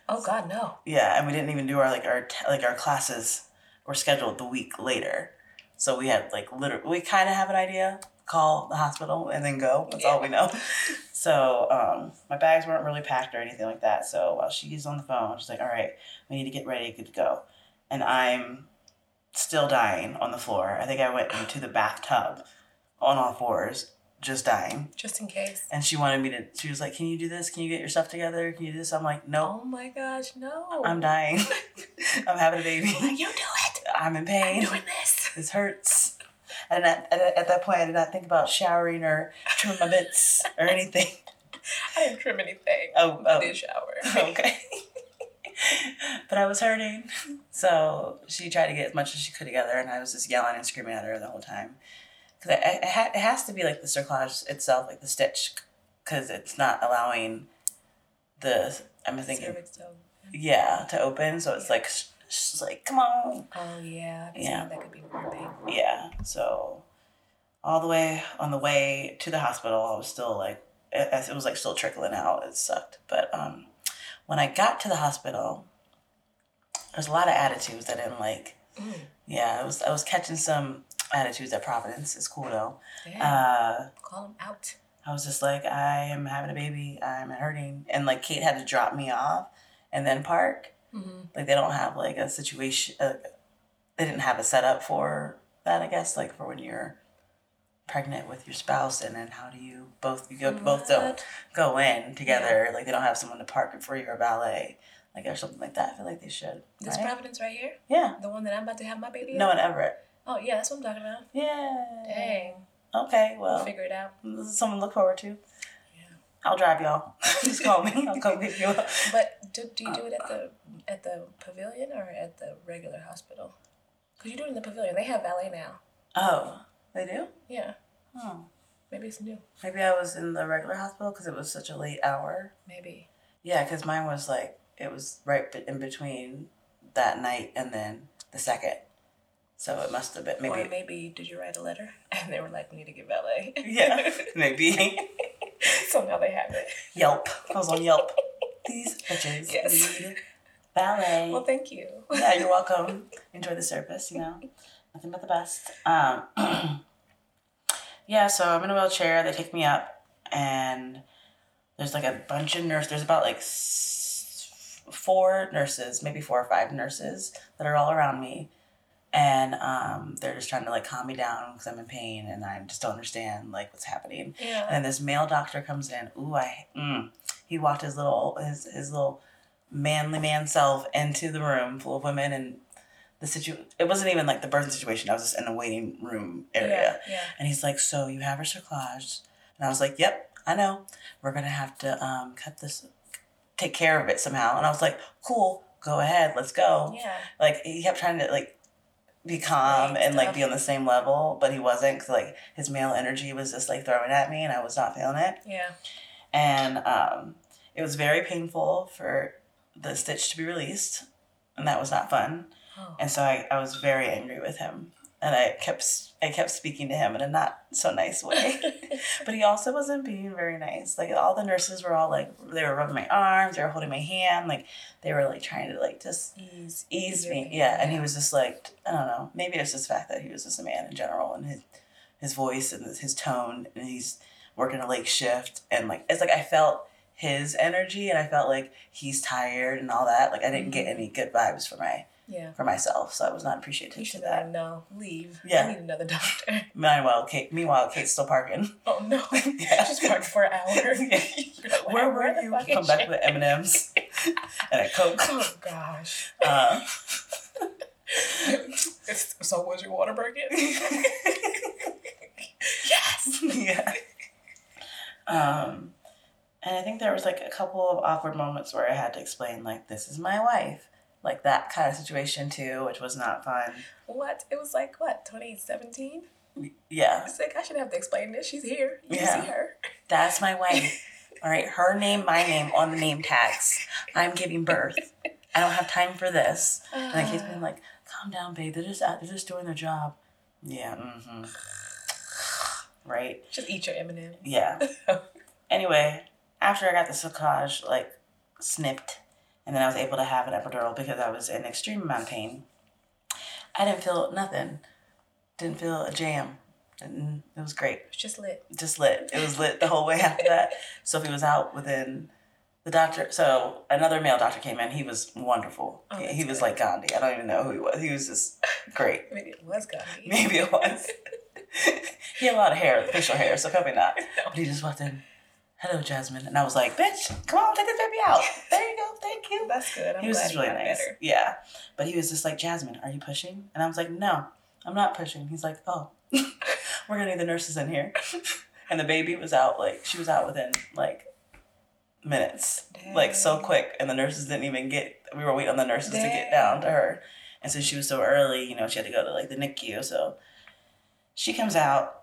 Speaker 1: Oh oh, God, no.
Speaker 2: Yeah, and we didn't even do our like our te- like our classes were scheduled the week later, so we had like literally we kind of have an idea. Call the hospital and then go. That's all we know. So um, my bags weren't really packed or anything like that. So while she's on the phone, she's like, "All right, we need to get ready, good to go," and I'm still dying on the floor. I think I went into the bathtub on all fours, just dying.
Speaker 1: Just in case.
Speaker 2: And she wanted me to. She was like, "Can you do this? Can you get your stuff together? Can you do this?" I'm like, "Nope,
Speaker 1: Oh my gosh, no.
Speaker 2: I'm dying. I'm having a baby.
Speaker 1: Like, you do it.
Speaker 2: I'm in
Speaker 1: I'm
Speaker 2: pain.
Speaker 1: doing this.
Speaker 2: This hurts." And at, at, at that point, I did not think about showering or trimming my bits or anything.
Speaker 1: I didn't trim anything.
Speaker 2: Oh,
Speaker 1: I
Speaker 2: oh,
Speaker 1: did shower.
Speaker 2: okay. but I was hurting. So she tried to get as much as she could together, and I was just yelling and screaming at her the whole time. Because it, it, ha- it has to be like the cerclage itself, like the stitch, because it's not allowing the, I'm thinking,
Speaker 1: Cervix tone.
Speaker 3: um,
Speaker 2: yeah, to open. So it's like, sh- she's like, come on.
Speaker 1: Oh yeah. I can see
Speaker 2: Yeah.
Speaker 1: how That could be more painful.
Speaker 2: Yeah. So all the way on the way to the hospital, I was still like, it, it was like still trickling out. It sucked. But um, when I got to the hospital, there's a lot of attitudes that I didn't like.
Speaker 1: Mm,
Speaker 2: Yeah, I was I was catching some attitudes at Providence. It's cool though.
Speaker 1: damn.
Speaker 2: Uh,
Speaker 1: Call him out.
Speaker 2: I was just like, I am having a baby. I'm hurting, and like Kate had to drop me off, and then park.
Speaker 3: Mm-hmm.
Speaker 1: Mhm.
Speaker 2: Like they don't have like a situation. Uh, they didn't have a setup for that. I guess like for when you're pregnant with your spouse and then how do you both you go, both don't go in together like they don't have someone to park it for you or valet like or something like that i feel like they should
Speaker 3: This
Speaker 2: right?
Speaker 3: Providence right here,
Speaker 2: yeah
Speaker 3: the one that I'm about to have my baby.
Speaker 2: no
Speaker 3: on?
Speaker 2: in everett
Speaker 3: Oh yeah, that's what I'm talking about.
Speaker 2: yeah Oh.
Speaker 3: Dang,
Speaker 2: okay
Speaker 3: we'll
Speaker 2: well
Speaker 3: figure it out.
Speaker 2: this is something to look forward to
Speaker 3: Yeah.
Speaker 2: i'll drive y'all just call me i'll come pick you up
Speaker 3: But do, do you do it at the
Speaker 2: Uh,
Speaker 3: at the pavilion or at the regular hospital? Cause you do it in the pavilion. They have valet now.
Speaker 2: oh they do
Speaker 3: Yeah,
Speaker 2: oh
Speaker 3: maybe it's new.
Speaker 2: maybe i was in the regular hospital because it was such a late hour
Speaker 3: Maybe.
Speaker 2: Yeah, because mine was like it was right be- in between that night and then the second, so it must have been
Speaker 3: Or
Speaker 2: maybe.
Speaker 3: maybe did you write a letter and they were like, we need to get valet.
Speaker 2: Yeah, maybe
Speaker 3: so now they have it.
Speaker 2: Yelp. I was on Yelp. These bitches
Speaker 3: Yes.
Speaker 2: need ballet.
Speaker 3: Well, thank you.
Speaker 2: yeah, you're welcome. Enjoy the service. You know, nothing but the best. Um, yeah, so I'm in a wheelchair. They take me up, and there's like a bunch of nurses. There's about like s- four nurses, maybe four or five nurses that are all around me, and um, they're just trying to like calm me down because I'm in pain and I just don't understand like what's happening. And
Speaker 3: Yeah.
Speaker 2: then this male doctor comes in. Ooh, I. Mm. He walked his little his his little manly man self into the room full of women and the situ. It wasn't even like the birthing situation. I was just in a waiting room area.
Speaker 3: Yeah. Yeah.
Speaker 2: And he's like, "So you have her cerclage?" And I was like, "Yep, I know. We're gonna have to um, cut this, take care of it somehow." And I was like, "Cool, go ahead, let's go."
Speaker 3: Yeah.
Speaker 2: like he kept trying to like be calm
Speaker 3: Right,
Speaker 2: and like
Speaker 3: stuff.
Speaker 2: be on the same level but he wasn't because like his male energy was just like throwing at me and i was not feeling it
Speaker 3: Yeah.
Speaker 2: and um, it was very painful for the stitch to be released and that was not fun
Speaker 3: Oh.
Speaker 2: and so i, I was very angry with him and i kept s- i kept speaking to him in a not so nice way but he also wasn't being very nice like all the nurses were all like they were rubbing my arms they were holding my hand like they were like trying to like just
Speaker 3: Ease.
Speaker 2: ease
Speaker 3: your
Speaker 2: me.
Speaker 3: pain.
Speaker 2: Yeah, and he was just like I don't know. Maybe it's just the fact that he was just a man in general, and his his voice and his tone, and he's working a late shift, and like it's like I felt his energy, and I felt like he's tired and all that. Like I didn't get any good vibes for my
Speaker 3: Yeah.
Speaker 2: for myself, so I was not appreciative
Speaker 3: You
Speaker 2: to
Speaker 3: should
Speaker 2: that.
Speaker 3: have no leave.
Speaker 2: Yeah.
Speaker 3: I need another doctor.
Speaker 2: Meanwhile, Kate. Meanwhile, Kate's still parking.
Speaker 3: Oh no.
Speaker 2: Yeah.
Speaker 3: Just parked for an hour.
Speaker 2: Yeah. Where were
Speaker 3: the
Speaker 2: you?
Speaker 3: fuck
Speaker 2: Come
Speaker 3: is
Speaker 2: back
Speaker 3: she?
Speaker 2: with M and M's and a Coke.
Speaker 3: Oh gosh.
Speaker 2: Uh,
Speaker 3: It's- so was your water broken?
Speaker 2: yeah. Um, and I think there was like a couple of awkward moments where I had to explain like this is my wife, like that kind of situation too, which was not fun.
Speaker 3: what? It was like what? 2017. I
Speaker 2: Yeah,
Speaker 3: was like, I should have to explain this. She's here. You
Speaker 2: Yeah.
Speaker 3: see her.
Speaker 2: that's my wife. All right, her name, my name on the name tags. I'm giving birth. I don't have time for this. And I keep being like, calm down, babe. They're just out. They're just doing their job. Yeah. Mm-hmm. Right.
Speaker 3: Just eat your M&M.
Speaker 2: Yeah. anyway, after I got the saccage like snipped, and then I was able to have an epidural because I was in extreme amount of pain. I didn't feel nothing. Didn't feel a jam. Didn't, it was great.
Speaker 3: It's just lit.
Speaker 2: Just lit. It was lit the whole way after that. Sophie was out within the doctor. So another male doctor came in. He was wonderful.
Speaker 3: Oh,
Speaker 2: he
Speaker 3: that's
Speaker 2: was
Speaker 3: good.
Speaker 2: like Gandhi. I don't even know who he was. He was just great.
Speaker 3: Maybe it was Gandhi.
Speaker 2: Maybe it was. he had a lot of hair, facial hair, so probably not. But he just walked in. Hello, Jasmine, and I was like, "Bitch, come on, take this baby out." There you go. Thank you.
Speaker 3: That's good. I'm
Speaker 2: he was
Speaker 3: glad
Speaker 2: just really
Speaker 3: you got
Speaker 2: nice.
Speaker 3: better.
Speaker 2: Yeah, but he was just like, "Jasmine, are you pushing?" And I was like, "No, I'm not pushing." He's like, "Oh, we're gonna need the nurses in here." and the baby was out like she was out within like minutes, like so
Speaker 3: Dang.
Speaker 2: quick, and the nurses didn't even get. We were waiting on the nurses to get down to her. And since she was so early, you know, she had to go to like the NICU. So she comes out.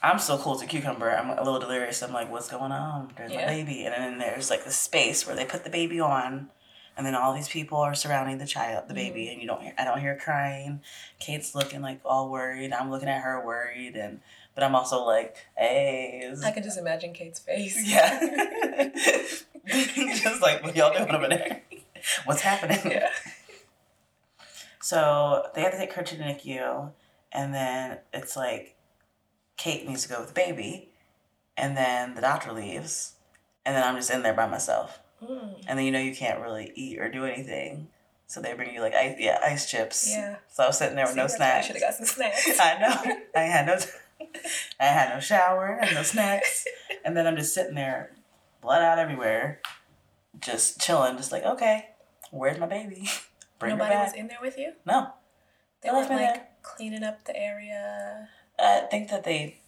Speaker 2: I'm still cool as a cucumber. I'm a little delirious. I'm like, what's going on? There's my
Speaker 3: Yeah.
Speaker 2: baby. And then there's like the space where they put the baby on. And then all these people are surrounding the child, the baby, and you don't hear, I don't hear crying. Kate's looking like all worried. I'm looking at her worried. And, but I'm also like, hey, this is
Speaker 3: I can just imagine Kate's face.
Speaker 2: yeah. Just like, what y'all doing over there? What's happening?
Speaker 3: Yeah.
Speaker 2: So they had to take her to the NICU, and then it's like, Kate needs to go with the baby, and then the doctor leaves, and then I'm just in there by myself.
Speaker 3: Mm.
Speaker 2: And then you know you can't really eat or do anything. So they bring you like ice, yeah, ice chips.
Speaker 3: Yeah.
Speaker 2: So I was sitting there with no
Speaker 3: See, that's why I
Speaker 2: snacks.
Speaker 3: should have got some snacks.
Speaker 2: I know. I had no. I had no shower, I had no snacks, and then I'm just sitting there, blood out everywhere, just chilling, just like, okay, where's my baby? Bring
Speaker 1: Nobody
Speaker 2: her back.
Speaker 1: was in there with you.
Speaker 2: no,
Speaker 1: They
Speaker 2: I
Speaker 1: weren't
Speaker 2: left my
Speaker 1: like
Speaker 2: dad.
Speaker 1: cleaning up the area,
Speaker 2: I think that they,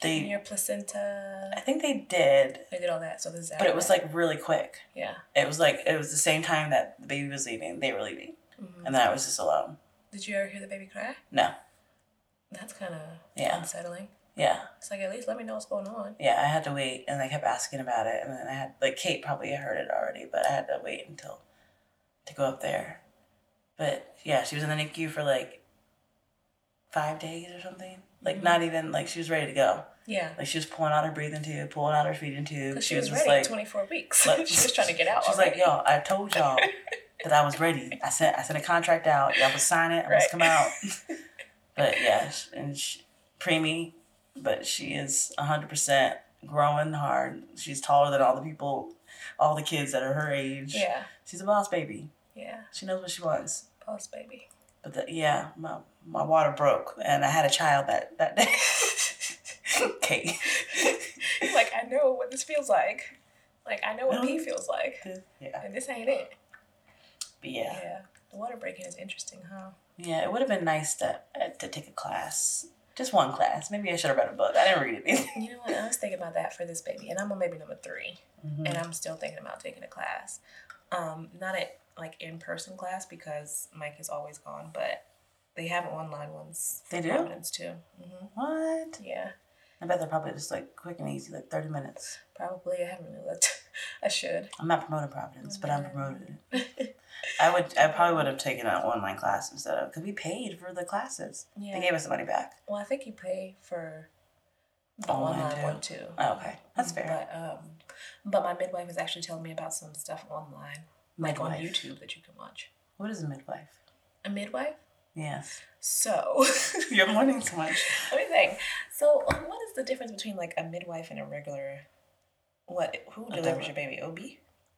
Speaker 2: they,
Speaker 1: your placenta.
Speaker 2: I think they did,
Speaker 1: They did all that, so this is
Speaker 2: but it was like really quick.
Speaker 1: yeah.
Speaker 2: It was like it was the same time that the baby was leaving, they were leaving,
Speaker 1: Mhm.
Speaker 2: and then I was just alone.
Speaker 1: Did you ever hear the baby cry?
Speaker 2: No,
Speaker 1: That's kind of
Speaker 2: Yeah.
Speaker 1: unsettling.
Speaker 2: yeah,
Speaker 1: It's like at least let me know what's going on.
Speaker 2: yeah. I had to wait, and I kept asking about it, and then I had like Kate probably heard it already, but I had to wait until to go up there. But yeah, she was in the NICU for like five days or something. Like
Speaker 1: Mhm.
Speaker 2: not even like she was ready to go.
Speaker 1: Yeah.
Speaker 2: Like she was pulling out her breathing tube, pulling out her feeding tube.
Speaker 1: Because she, was,
Speaker 2: just
Speaker 1: ready
Speaker 2: like,
Speaker 1: 24 weeks.
Speaker 2: Like-
Speaker 1: she was trying to get out.
Speaker 2: She's like,
Speaker 1: already.
Speaker 2: y'all, I told y'all that I was ready. I sent I sent a contract out. Y'all was sign it. I must
Speaker 1: Right.
Speaker 2: come out. But yeah, sh- and she, preemie, but she is hundred percent growing hard. She's taller than all the people, all the kids that are her age.
Speaker 1: Yeah.
Speaker 2: She's a boss baby.
Speaker 1: Yeah.
Speaker 2: She knows what she wants.
Speaker 1: Pause, baby.
Speaker 2: But the, yeah, my my water broke, and I had a child that that day. Kate.
Speaker 1: like, I know what this feels like. Like, I know what
Speaker 2: No.
Speaker 1: pee feels like.
Speaker 2: Yeah,
Speaker 1: And this ain't it.
Speaker 2: but yeah.
Speaker 1: The water breaking is interesting, huh?
Speaker 2: Yeah, it would have been nice to uh, to take a class, just one class. Maybe I should have read a book. I didn't read anything.
Speaker 1: You know what? I was thinking about that for this baby. And I'm on baby number 3 And
Speaker 2: Mm.
Speaker 1: I'm still thinking about taking a class. Um, not a like in person class because Mike is always gone, but they have online ones. for
Speaker 2: They do?
Speaker 1: Providence too. hmm
Speaker 2: What?
Speaker 1: Yeah.
Speaker 2: I bet they're probably just like quick and easy, like thirty minutes.
Speaker 1: Probably. I haven't really looked. I should.
Speaker 2: I'm not promoting Providence, but I'm
Speaker 1: Mhm.
Speaker 2: promoting it. I would. I probably would have taken an online class instead of because we paid for the classes.
Speaker 1: yeah.
Speaker 2: They gave us the money back.
Speaker 1: well, I think you pay for the
Speaker 2: Online
Speaker 1: online
Speaker 2: too.
Speaker 1: one too.
Speaker 2: Oh, okay, that's fair.
Speaker 1: But um, but my midwife is actually telling me about some stuff online, like on
Speaker 2: Midwife.
Speaker 1: YouTube that you can watch.
Speaker 2: What is a midwife?
Speaker 1: A midwife.
Speaker 2: Yes,
Speaker 1: So
Speaker 2: you're learning so much.
Speaker 1: let me think. So um, what is the difference between like a midwife and a regular? What? Who delivers your baby? OB?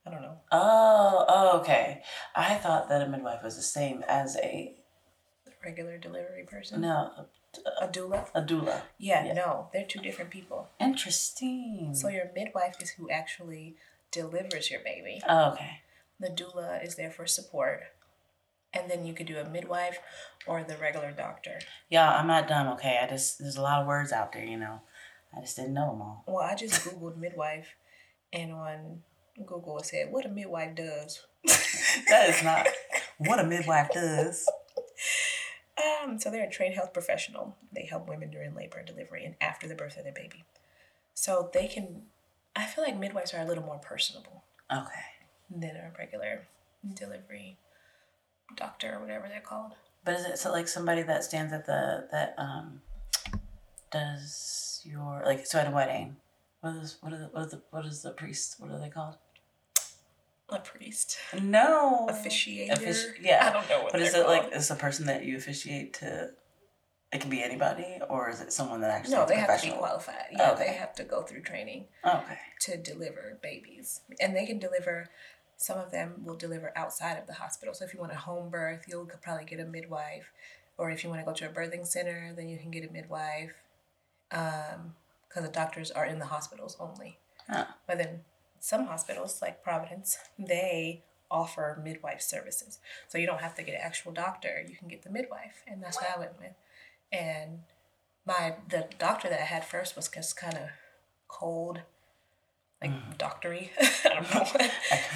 Speaker 1: I don't know.
Speaker 2: Oh, oh, okay. I thought that a midwife was the same as a
Speaker 1: The regular delivery person.
Speaker 2: no
Speaker 1: A doula.
Speaker 2: a doula.
Speaker 1: Yeah,
Speaker 2: Yeah.
Speaker 1: No, they're two different people.
Speaker 2: Interesting.
Speaker 1: So your midwife is who actually delivers your baby.
Speaker 2: Oh, okay.
Speaker 1: The doula is there for support. And then you could do a midwife or the regular doctor.
Speaker 2: Y'all, I'm not dumb, okay? I just, there's a lot of words out there, you know. I just didn't know them all.
Speaker 1: Well, I just Googled midwife and on Google it said what a midwife does.
Speaker 2: That is not what a midwife does.
Speaker 1: Um, so they're a trained health professional. They help women during labor and delivery and after the birth of their baby. So they can I feel like midwives are a little more personable
Speaker 2: Okay.
Speaker 1: than a regular delivery doctor or whatever they're called.
Speaker 2: But is it so like somebody that stands at the, that, um, does your, like, so at a wedding, what is, what, is, what, is the, what is the priest, what are they called?
Speaker 1: A priest.
Speaker 2: No.
Speaker 1: officiator.
Speaker 2: Offici- yeah.
Speaker 1: I don't know what.
Speaker 2: But is
Speaker 1: they're
Speaker 2: it like,
Speaker 1: called.
Speaker 2: is the person that you officiate to, it can be anybody, or is it someone that actually
Speaker 1: No,
Speaker 2: is
Speaker 1: they have to be
Speaker 2: professional?
Speaker 1: qualified. Yeah,
Speaker 2: Okay.
Speaker 1: they have to go through training
Speaker 2: Okay.
Speaker 1: to deliver babies, and they can deliver. Some of them will deliver outside of the hospital. So if you want a home birth, you'll could probably get a midwife, or if you want to go to a birthing center, then you can get a midwife, because the doctors are in the hospitals only.
Speaker 2: Huh.
Speaker 1: But then some hospitals, like Providence, they offer midwife services. So you don't have to get an actual doctor. You can get the midwife, and that's what I went with. And my the doctor that I had first was just kind of cold, like doctory. I don't know.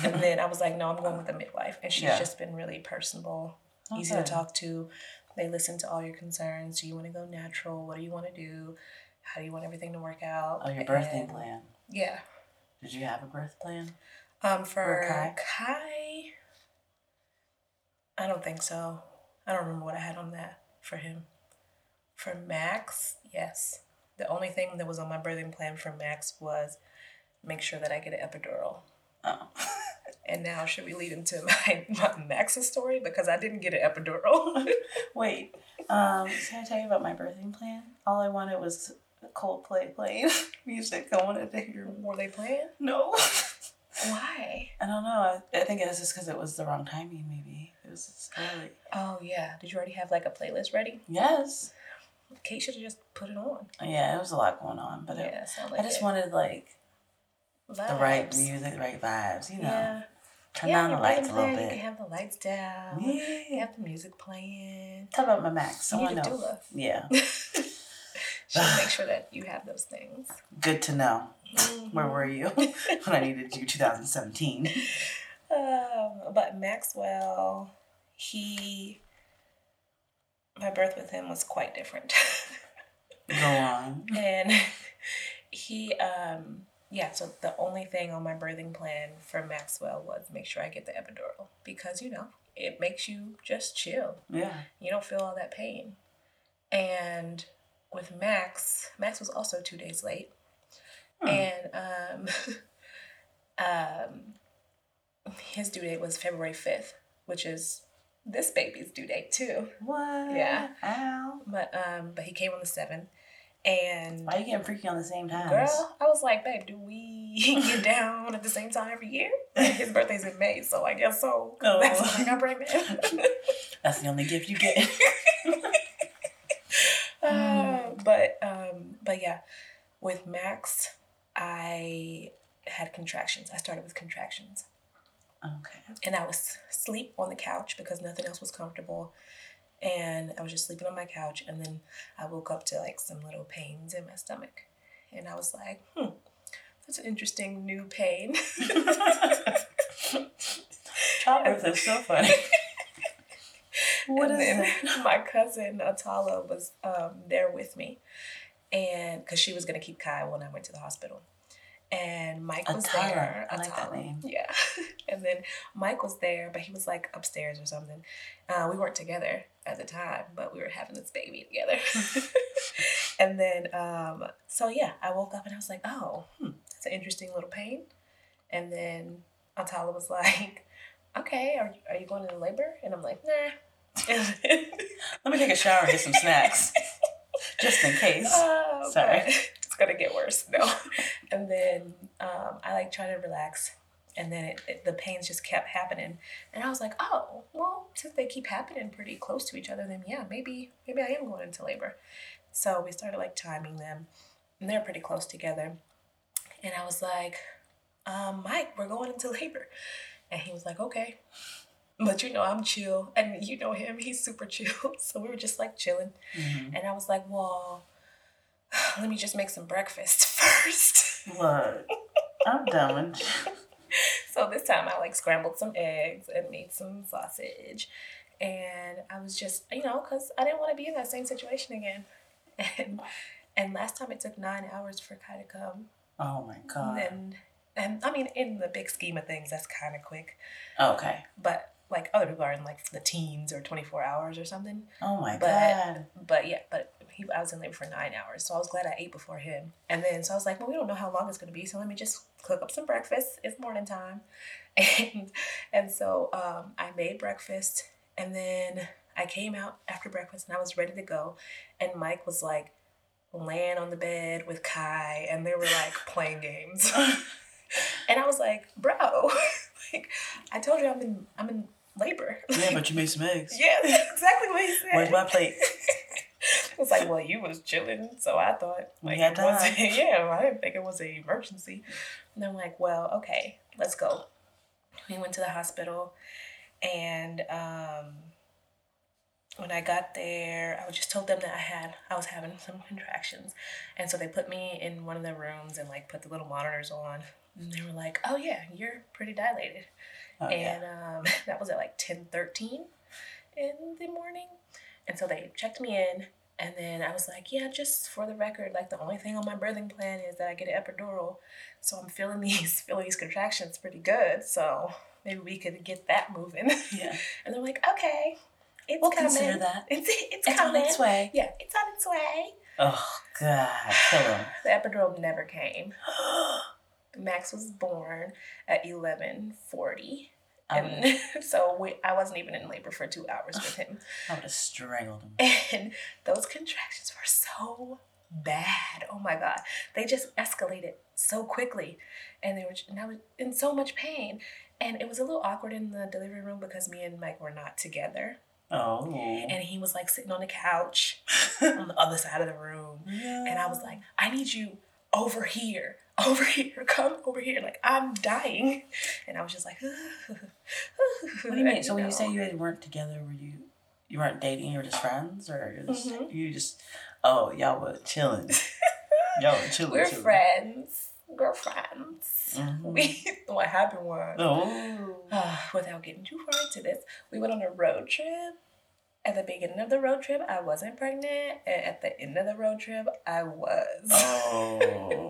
Speaker 1: and then I was like, no, I'm going with a midwife, and she's
Speaker 2: Yeah.
Speaker 1: just been really personable, easy to
Speaker 2: Okay.
Speaker 1: talk to. They listen to all your concerns. Do you want to go natural? What do you want to do? How do you want everything to work out?
Speaker 2: Oh, your birthing
Speaker 1: And-
Speaker 2: plan.
Speaker 1: Yeah.
Speaker 2: Did you have a birth plan?
Speaker 1: Um, for
Speaker 2: Kai?
Speaker 1: Kai? I don't think so. I don't remember what I had on that for him. For Max, yes. The only thing that was on my birthing plan for Max was make sure that I get an epidural.
Speaker 2: Oh.
Speaker 1: And now, should we lead into my, my Max's story? Because I didn't get an epidural.
Speaker 2: Wait. Um, can I tell you about my birthing plan? All I wanted was Coldplay playing music. I wanted to hear.
Speaker 1: Were they playing?
Speaker 2: No.
Speaker 1: Why?
Speaker 2: I don't know. I, I think it was just because it was the wrong timing, maybe. It was just early.
Speaker 1: Oh, yeah. Did you already have like a playlist ready?
Speaker 2: Yes.
Speaker 1: Kate should have just put it on.
Speaker 2: Yeah, it was a lot going on, but it,
Speaker 1: yeah, so
Speaker 2: I just wanted like the right music, the right vibes. You know,
Speaker 1: Yeah.
Speaker 2: turn
Speaker 1: yeah,
Speaker 2: down the
Speaker 1: your
Speaker 2: lights a
Speaker 1: brother,
Speaker 2: little
Speaker 1: You can
Speaker 2: bit.
Speaker 1: have the lights down. You
Speaker 2: Yeah.
Speaker 1: have the music playing.
Speaker 2: Talk about my Max.
Speaker 1: You need
Speaker 2: Someone
Speaker 1: a
Speaker 2: else.
Speaker 1: doula.
Speaker 2: Yeah.
Speaker 1: She'll make sure that you have those things. Mm-hmm.
Speaker 2: Good to know. Where were you when I needed you? 2017.
Speaker 1: Um, but Maxwell, he, my birth with him was quite different.
Speaker 2: Go on.
Speaker 1: and he, um, yeah, so the only thing on my birthing plan for Maxwell was make sure I get the epidural because, you know, it makes you just chill.
Speaker 2: Yeah.
Speaker 1: You don't feel all that pain. And with Max, Max was also two days late.
Speaker 2: Hmm.
Speaker 1: And um, um, his due date was February 5th, which is this baby's due date too.
Speaker 2: What?
Speaker 1: Yeah.
Speaker 2: Ow.
Speaker 1: But um, but he came on the 7th. And
Speaker 2: Why are you getting freaky on the same time?
Speaker 1: girl, I was like, babe, do we get down at the same time every year? His birthday's in May, so I guess so.
Speaker 2: Oh.
Speaker 1: Max was like, I'm pregnant.
Speaker 2: That's the only gift you get.
Speaker 1: Uh, but um, but yeah, with Max, I had contractions. I started with contractions,
Speaker 2: okay.
Speaker 1: and I was sleep on the couch because nothing else was comfortable, and I was just sleeping on my couch. And then I woke up to like some little pains in my stomach, and I was like, hmm, that's an interesting new pain.
Speaker 2: Childbirth is so funny. What
Speaker 1: and
Speaker 2: is
Speaker 1: then
Speaker 2: it?
Speaker 1: my cousin Atala was um, there with me, and because she was gonna keep Kai when I went to the hospital, and Mike was
Speaker 2: Atala.
Speaker 1: there.
Speaker 2: I like that name.
Speaker 1: Yeah, and then Mike was there, but he was like upstairs or something. Uh, we weren't together at the time, but we were having this baby together. and then, um, so yeah, I woke up and I was like, oh, hmm, that's an interesting little pain. And then Atala was like, okay, are, are you going into labor? And I'm like, nah.
Speaker 2: Let me take a shower and get some snacks. Just in case.
Speaker 1: Oh,
Speaker 2: Sorry.
Speaker 1: but It's gonna get worse. No. and then um, I like try to relax, and then it, it, the pains just kept happening, and I was like, oh, well, since they keep happening pretty close to each other, then yeah, maybe maybe I am going into labor. So we started like timing them, and they're pretty close together, and I was like, um, Mike, we're going into labor, and he was like, okay. But you know, I'm chill, and you know him, he's super chill. So we were just like chilling.
Speaker 2: Mhm.
Speaker 1: And I was like, well, let me just make some breakfast first.
Speaker 2: Look, I'm done. with-
Speaker 1: so this time I like scrambled some eggs and made some sausage. And I was just, you know, because I didn't want to be in that same situation again. And, and last time it took nine hours for Kai to come.
Speaker 2: Oh my god.
Speaker 1: And, and I mean, in the big scheme of things, that's kind of quick.
Speaker 2: Okay.
Speaker 1: But like other people are in like the teens or 24 hours or something.
Speaker 2: Oh my
Speaker 1: But-
Speaker 2: god.
Speaker 1: But yeah, but he, I was in labor for nine hours, so I was glad I ate before him. And then, so I was like, well, we don't know how long it's gonna be, so let me just cook up some breakfast. It's morning time, and and so um, I made breakfast, and then I came out after breakfast, and I was ready to go, and Mike was like laying on the bed with Kai, and they were like playing games, and I was like, bro, like I told you, I'm in I'm in labor.
Speaker 2: Yeah, but you made some eggs.
Speaker 1: Yeah, that's exactly what he said.
Speaker 2: Where's my plate?
Speaker 1: It's like, well, you was chilling, so I thought
Speaker 2: We
Speaker 1: like
Speaker 2: had
Speaker 1: it was
Speaker 2: time.
Speaker 1: yeah, I didn't think it was an emergency. And I'm like, well, okay, let's go. We went to the hospital, and um, when I got there, I was just told them that I had I was having some contractions, and so they put me in one of the rooms and like put the little monitors on, and they were like, oh yeah, you're pretty dilated
Speaker 2: Oh, yeah.
Speaker 1: and um, that was at like ten thirteen in the morning and so they checked me in and then i was like yeah just for the record like the only thing on my birthing plan is that i get an epidural so i'm feeling these feeling these contractions pretty good so maybe we could get that moving
Speaker 2: Yeah.
Speaker 1: and they're like okay it's
Speaker 2: We'll
Speaker 1: coming
Speaker 2: consider that.
Speaker 1: it's, it's,
Speaker 2: It's on
Speaker 1: coming
Speaker 2: its way.
Speaker 1: yeah it's on its way
Speaker 2: Oh god. Kill him.
Speaker 1: the epidural never came max was born at 1140
Speaker 2: I would,
Speaker 1: and so we, I wasn't even in labor for two hours with him.
Speaker 2: I would have strangled him.
Speaker 1: And those contractions were so bad. Oh my God. They just escalated so quickly. And they were j- and I was in so much pain. And it was a little awkward in the delivery room because me and Mike were not together.
Speaker 2: Oh.
Speaker 1: And he was like sitting on the couch on the other side of the room. And I was like,
Speaker 2: Oh.
Speaker 1: I need you over here, over here, come over here. Like, I'm dying. And I was just like,
Speaker 2: what do you mean? So when you say you guys weren't together, were you you weren't dating? You were just friends, or you're just,
Speaker 1: Mhm.
Speaker 2: you just oh y'all were chilling, y'all were chilling.
Speaker 1: we're
Speaker 2: chilling.
Speaker 1: friends, we're friends.
Speaker 2: Mhm.
Speaker 1: We, what happened was,
Speaker 2: Oh.
Speaker 1: Ah, without getting too far into this, we went on a road trip. At the beginning of the road trip, I wasn't pregnant. And at the end of the road trip, I was.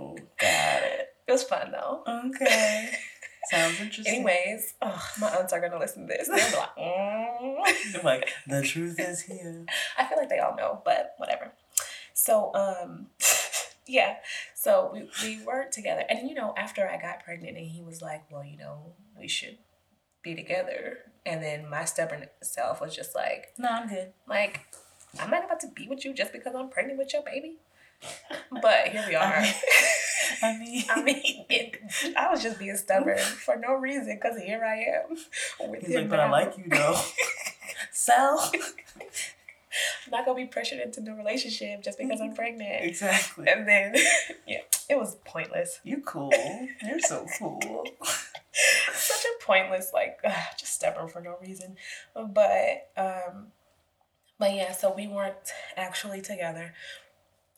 Speaker 2: Oh, got it.
Speaker 1: It was fun though.
Speaker 2: Okay. Sounds interesting.
Speaker 1: Anyways, ugh, my aunts are gonna listen to this. They'll be like, mm.
Speaker 2: I'm like the truth is here.
Speaker 1: I feel like they all know, but whatever. So, um, yeah. So we, we weren't together. And you know, after I got pregnant and he was like, Well, you know, we should be together. And then my stubborn self was just like,
Speaker 2: No, I'm good.
Speaker 1: Like, I'm not about to be with you just because I'm pregnant with your baby. But here we are.
Speaker 2: I mean,
Speaker 1: I mean, it, I was just being stubborn for no reason because here I am. With
Speaker 2: he's
Speaker 1: him
Speaker 2: like, but I
Speaker 1: now.
Speaker 2: like you though. so
Speaker 1: I'm not going to be pressured into the relationship just because I'm pregnant.
Speaker 2: exactly.
Speaker 1: And then, yeah, it was pointless.
Speaker 2: You cool. You're so cool.
Speaker 1: Such a pointless, like, ugh, just stubborn for no reason. But, um, but yeah, so we weren't actually together.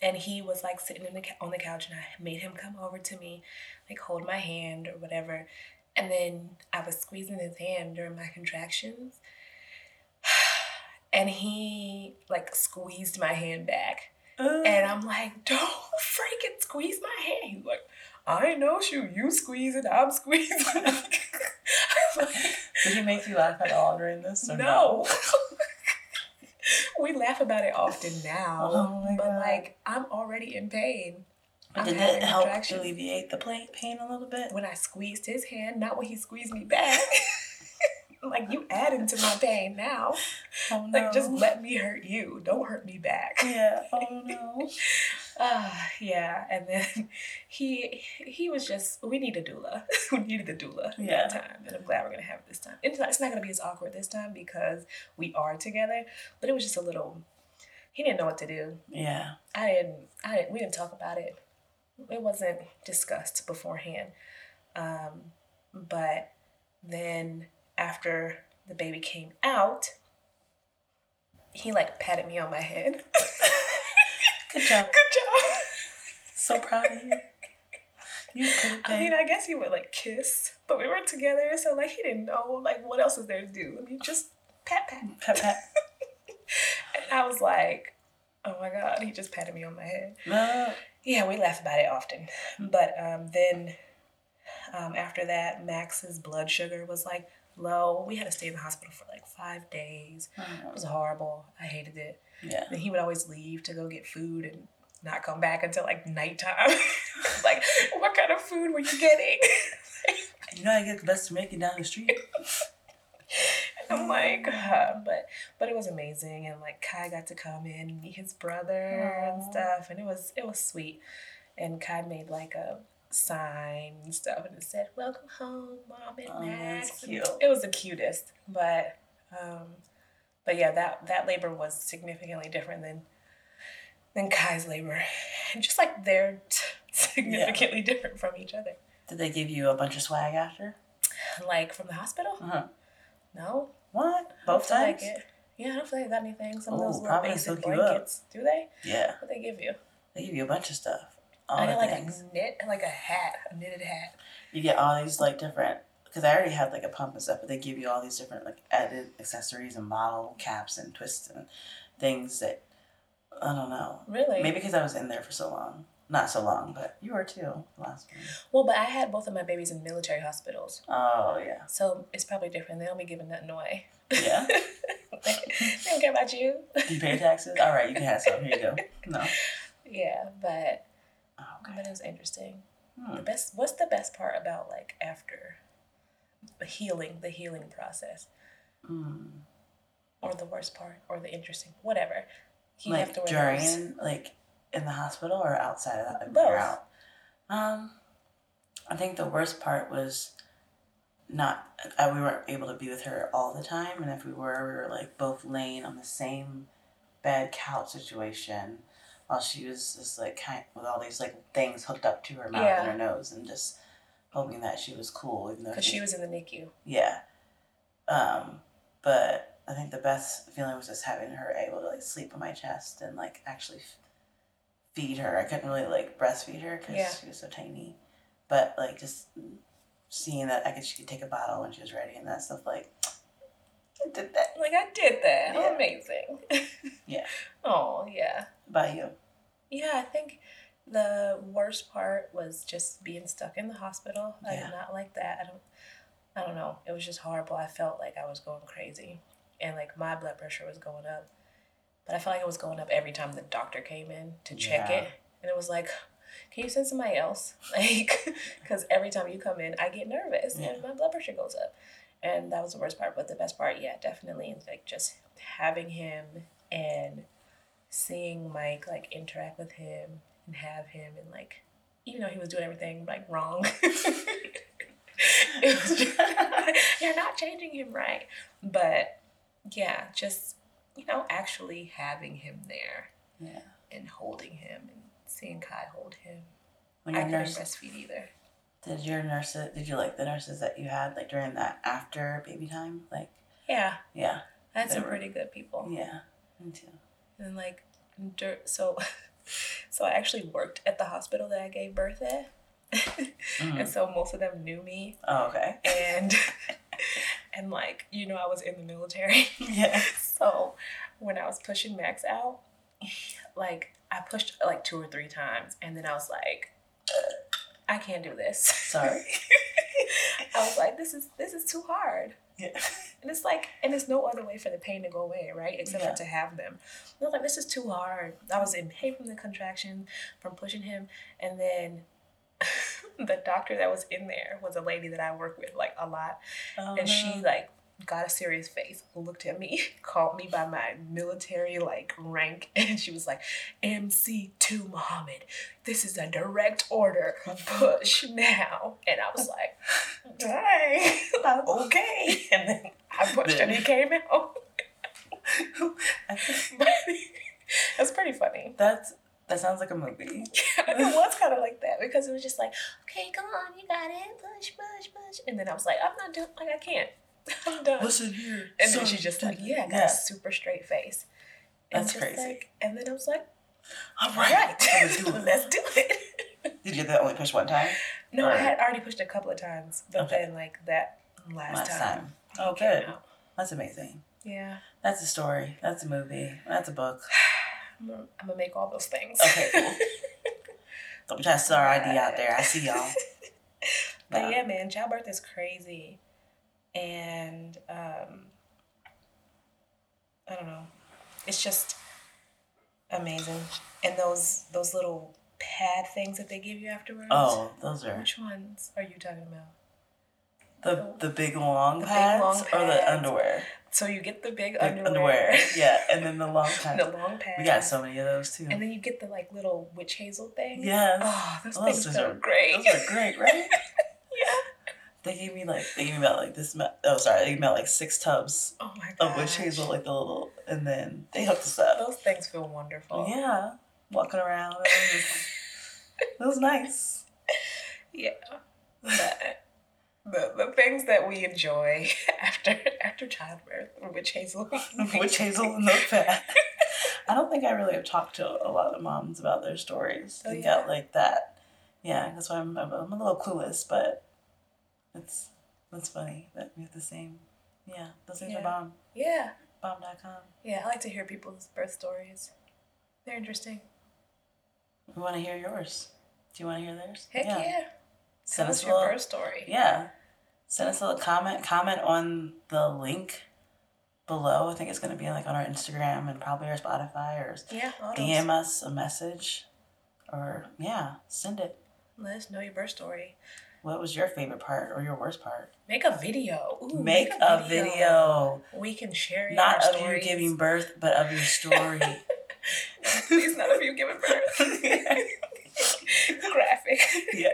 Speaker 1: And he was like sitting in the, cou- on the couch, and I made him come over to me, like hold my hand or whatever. And then I was squeezing his hand during my contractions. And he like squeezed my hand back. And I'm like, don't freaking squeeze my hand. He's like, I know you. You squeeze it. I'm squeezing. I'm like,
Speaker 2: Did he make you laugh at all during this? Or
Speaker 1: no. we laugh about it often now,
Speaker 2: Oh my
Speaker 1: but
Speaker 2: God.
Speaker 1: like, I'm already in pain.
Speaker 2: But
Speaker 1: I'm
Speaker 2: did
Speaker 1: having
Speaker 2: that help
Speaker 1: contractions.
Speaker 2: alleviate the pla- pain a little bit?
Speaker 1: When I squeezed his hand, not when he squeezed me back. like, you adding to my pain now.
Speaker 2: Oh,
Speaker 1: Like, just let me hurt you. Don't hurt me back.
Speaker 2: Yeah. Oh no.
Speaker 1: Uh, yeah, and then he he was just we need a doula. we needed a doula
Speaker 2: Yeah.
Speaker 1: that time, and I'm glad we're gonna have it this time. It's not, it's not gonna be as awkward this time because we are together. But it was just a little. He didn't know what to do.
Speaker 2: Yeah.
Speaker 1: I didn't. I didn't. We didn't talk about it. It wasn't discussed beforehand. Um, but then after the baby came out, he like patted me on my head.
Speaker 2: Good job.
Speaker 1: Good job.
Speaker 2: So proud of you. You could
Speaker 1: I mean, I guess he would like kiss, but we were together, so like he didn't know like what else is there to do. I mean, just pat pat.
Speaker 2: pat pat.
Speaker 1: And I was like, oh my god, he just patted me on my head.
Speaker 2: No.
Speaker 1: Yeah, we laugh about it often, but um, then um, after that, Max's blood sugar was like low. We had to stay in the hospital for like five days. It was horrible. I hated it.
Speaker 2: Yeah.
Speaker 1: And he would always leave to go get food and not come back until like nighttime. like, what kind of food were you getting?
Speaker 2: You know I get the best Jamaican down the street.
Speaker 1: I'm like, uh, but but it was amazing, and like Kai got to come in and meet his brother and
Speaker 2: Aw.
Speaker 1: stuff, and it was it was sweet. And Kai made like a sign and stuff, and it said, "Welcome home, mom and Max."
Speaker 2: Aw, Oh, that's
Speaker 1: And
Speaker 2: cute.
Speaker 1: It was the cutest, but um, but yeah, that that labor was significantly different than than Kai's labor, and just like they're significantly different from each other.
Speaker 2: Did they give you a bunch of swag after?
Speaker 1: Like from the hospital,
Speaker 2: Uh-huh.
Speaker 1: no,
Speaker 2: What? Both
Speaker 1: I don't
Speaker 2: times?
Speaker 1: feel like it. Yeah, I don't feel like I got anything. Some of
Speaker 2: Ooh,
Speaker 1: those little
Speaker 2: probably
Speaker 1: basic
Speaker 2: hook you up.
Speaker 1: blankets. Do they?
Speaker 2: Yeah.
Speaker 1: What they give you?
Speaker 2: They give you a bunch of stuff. All
Speaker 1: I got
Speaker 2: the
Speaker 1: like
Speaker 2: things.
Speaker 1: a knit, like a hat, a knitted hat.
Speaker 2: you get all these like different because I already had like a pump and stuff, but they give you all these different like added accessories and model caps and twists and things that I don't know.
Speaker 1: Really?
Speaker 2: Maybe because I was in there for so long, not so long, but you were too the last one.
Speaker 1: Well, but I had both of my babies in military hospitals,
Speaker 2: Oh yeah,
Speaker 1: so it's probably different. They don't be giving nothing away.
Speaker 2: yeah.
Speaker 1: They don't care about you.
Speaker 2: Do you pay taxes? All right, you can have some. Here you go. No.
Speaker 1: yeah, but
Speaker 2: Oh, okay.
Speaker 1: but it was interesting.
Speaker 2: Hmm.
Speaker 1: The best. What's the best part about like after the healing, the healing process,
Speaker 2: Mm.
Speaker 1: or the worst part, or the interesting, whatever. You
Speaker 2: Like
Speaker 1: wear those.
Speaker 2: during like in the hospital or outside of that.
Speaker 1: Both.
Speaker 2: Out. Um, I think the worst part was not I, we weren't able to be with her all the time, and if we were, we were like both laying on the same bed couch situation while she was just like kind with all these like things hooked up to her mouth and her nose, and just hoping that she was cool, even though
Speaker 1: because she was in the NICU.
Speaker 2: yeah. Um, but I think the best feeling was just having her able to like sleep on my chest and like actually f- feed her. I couldn't really like breastfeed her because
Speaker 1: Yeah.
Speaker 2: she was so tiny, but like just seeing that I could she could take a bottle when she was ready and that stuff like I did that.
Speaker 1: Like I did that.
Speaker 2: Yeah.
Speaker 1: Amazing.
Speaker 2: Yeah.
Speaker 1: Oh yeah.
Speaker 2: About you?
Speaker 1: Yeah, I think the worst part was just being stuck in the hospital. I
Speaker 2: Yeah.
Speaker 1: did not like that. I don't I don't know. It was just horrible. I felt like I was going crazy and like my blood pressure was going up. But I felt like it was going up every time the doctor came in to check
Speaker 2: Yeah.
Speaker 1: it. And it was like, can you send somebody else? Like, because every time you come in, I get nervous and my blood pressure goes up. And that was the worst part. But the best part, yeah, definitely, is like just having him and seeing Mike like interact with him and have him and like even though he was doing everything like wrong. it was just, you're not changing him right. But yeah, just you know, actually having him there
Speaker 2: Yeah.
Speaker 1: and holding him and seeing Kai hold him.
Speaker 2: When
Speaker 1: I
Speaker 2: your
Speaker 1: couldn't
Speaker 2: nurse
Speaker 1: breastfeed either.
Speaker 2: did your nurses did you like the nurses that you had like during that after baby time? Like
Speaker 1: Yeah,
Speaker 2: yeah.
Speaker 1: I had some
Speaker 2: They were-
Speaker 1: pretty good people.
Speaker 2: Yeah. Me too.
Speaker 1: And like, dur- so, so I actually worked at the hospital that I gave birth at,
Speaker 2: Mm.
Speaker 1: and so most of them knew me,
Speaker 2: Oh, okay.
Speaker 1: and and like you know I was in the military,
Speaker 2: Yeah.
Speaker 1: so when I was pushing Max out, like I pushed like two or three times, and then I was like, I can't do this.
Speaker 2: Sorry.
Speaker 1: I was like, this is this is too hard.
Speaker 2: Yeah.
Speaker 1: And it's like, and there's no other way for the pain to go away, right? Except
Speaker 2: Yeah.
Speaker 1: for to have them. And I was like, this is too hard. I was in pain from the contraction, from pushing him, and then the doctor that was in there was a lady that I work with like a lot,
Speaker 2: Oh,
Speaker 1: and she
Speaker 2: no.
Speaker 1: like got a serious face, looked at me, called me by my military like rank, and she was like, "MC2 Muhammad, this is a direct order. Push now." And I was like, "Dang, like, okay." And then I pushed and he came out.
Speaker 2: I think
Speaker 1: That's pretty funny.
Speaker 2: That's that sounds like a movie.
Speaker 1: it was kind of like that because it was just like, "Okay, come on, you got it. Push, push, push." And then I was like, "I'm not doing like I can't. I'm done."
Speaker 2: Listen here.
Speaker 1: And then she just like, yeah, got
Speaker 2: Yeah.
Speaker 1: a super straight face. And
Speaker 2: That's
Speaker 1: just
Speaker 2: crazy.
Speaker 1: like- and then I was like,
Speaker 2: All
Speaker 1: all right,
Speaker 2: I'm gonna do it.
Speaker 1: let's do it.
Speaker 2: Did you do that only push one time?
Speaker 1: No, I
Speaker 2: Alright.
Speaker 1: had already pushed a couple of times, but
Speaker 2: Okay.
Speaker 1: then like that last, time.
Speaker 2: Last time. Oh,
Speaker 1: it came
Speaker 2: good.
Speaker 1: out.
Speaker 2: That's amazing.
Speaker 1: Yeah,
Speaker 2: That's a story. That's a movie. That's a book.
Speaker 1: I'm gonna, I'm gonna make all those things.
Speaker 2: Okay, cool. Don't try to sell our ID out there. I see y'all.
Speaker 1: But
Speaker 2: Wow.
Speaker 1: yeah, man, childbirth is crazy, and um, I don't know. It's just amazing, and those those little pad things that they give you afterwards.
Speaker 2: Oh, those are
Speaker 1: Which ones are you talking about?
Speaker 2: the the big long
Speaker 1: The big
Speaker 2: pads
Speaker 1: long
Speaker 2: or
Speaker 1: pads.
Speaker 2: the underwear.
Speaker 1: So you get the big
Speaker 2: The
Speaker 1: underwear,
Speaker 2: Yeah, and then the long
Speaker 1: the
Speaker 2: pads.
Speaker 1: long pants,
Speaker 2: We got so many of those too.
Speaker 1: and then you get the like little witch hazel thing.
Speaker 2: Yes.
Speaker 1: Oh, those,
Speaker 2: Those
Speaker 1: things
Speaker 2: just
Speaker 1: are
Speaker 2: are-
Speaker 1: great.
Speaker 2: Those are great, right?
Speaker 1: yeah.
Speaker 2: They gave me like they gave me about like this. mu- Oh, sorry, they gave me about, like six tubs
Speaker 1: Oh my god.
Speaker 2: of witch hazel, like the little, and then they hooked us up.
Speaker 1: Those things feel wonderful.
Speaker 2: Yeah, walking around. It was, it was nice.
Speaker 1: Yeah. But the, the things that we enjoy after after childbirth, witch hazel.
Speaker 2: Witch hazel and those pads. I don't think I really have talked to a lot of moms about their stories.
Speaker 1: Oh,
Speaker 2: they
Speaker 1: yeah.
Speaker 2: got like that. Yeah, that's why I'm, I'm, I'm a little clueless, but it's that's funny that we have the same. Yeah, those things
Speaker 1: Yeah.
Speaker 2: are bomb.
Speaker 1: Yeah.
Speaker 2: Bomb.com.
Speaker 1: Yeah. I like to hear people's birth stories. They're interesting.
Speaker 2: We want to hear yours. Do you want to hear theirs?
Speaker 1: Heck yeah. Tell
Speaker 2: Send
Speaker 1: us
Speaker 2: us a
Speaker 1: your
Speaker 2: little,
Speaker 1: birth story.
Speaker 2: yeah. Send us a little comment. Comment on the link below. I think it's gonna be like on our Instagram and probably our Spotify or
Speaker 1: Yeah. all those.
Speaker 2: DM us a message. Or yeah, send it.
Speaker 1: Let us know your birth story.
Speaker 2: What was your favorite part or your worst part?
Speaker 1: Make a video. Ooh,
Speaker 2: Make, a video.
Speaker 1: We can share it. our
Speaker 2: Not of you
Speaker 1: stories.
Speaker 2: giving birth, but of your story.
Speaker 1: Please, not of you giving birth. Graphic.
Speaker 2: yeah.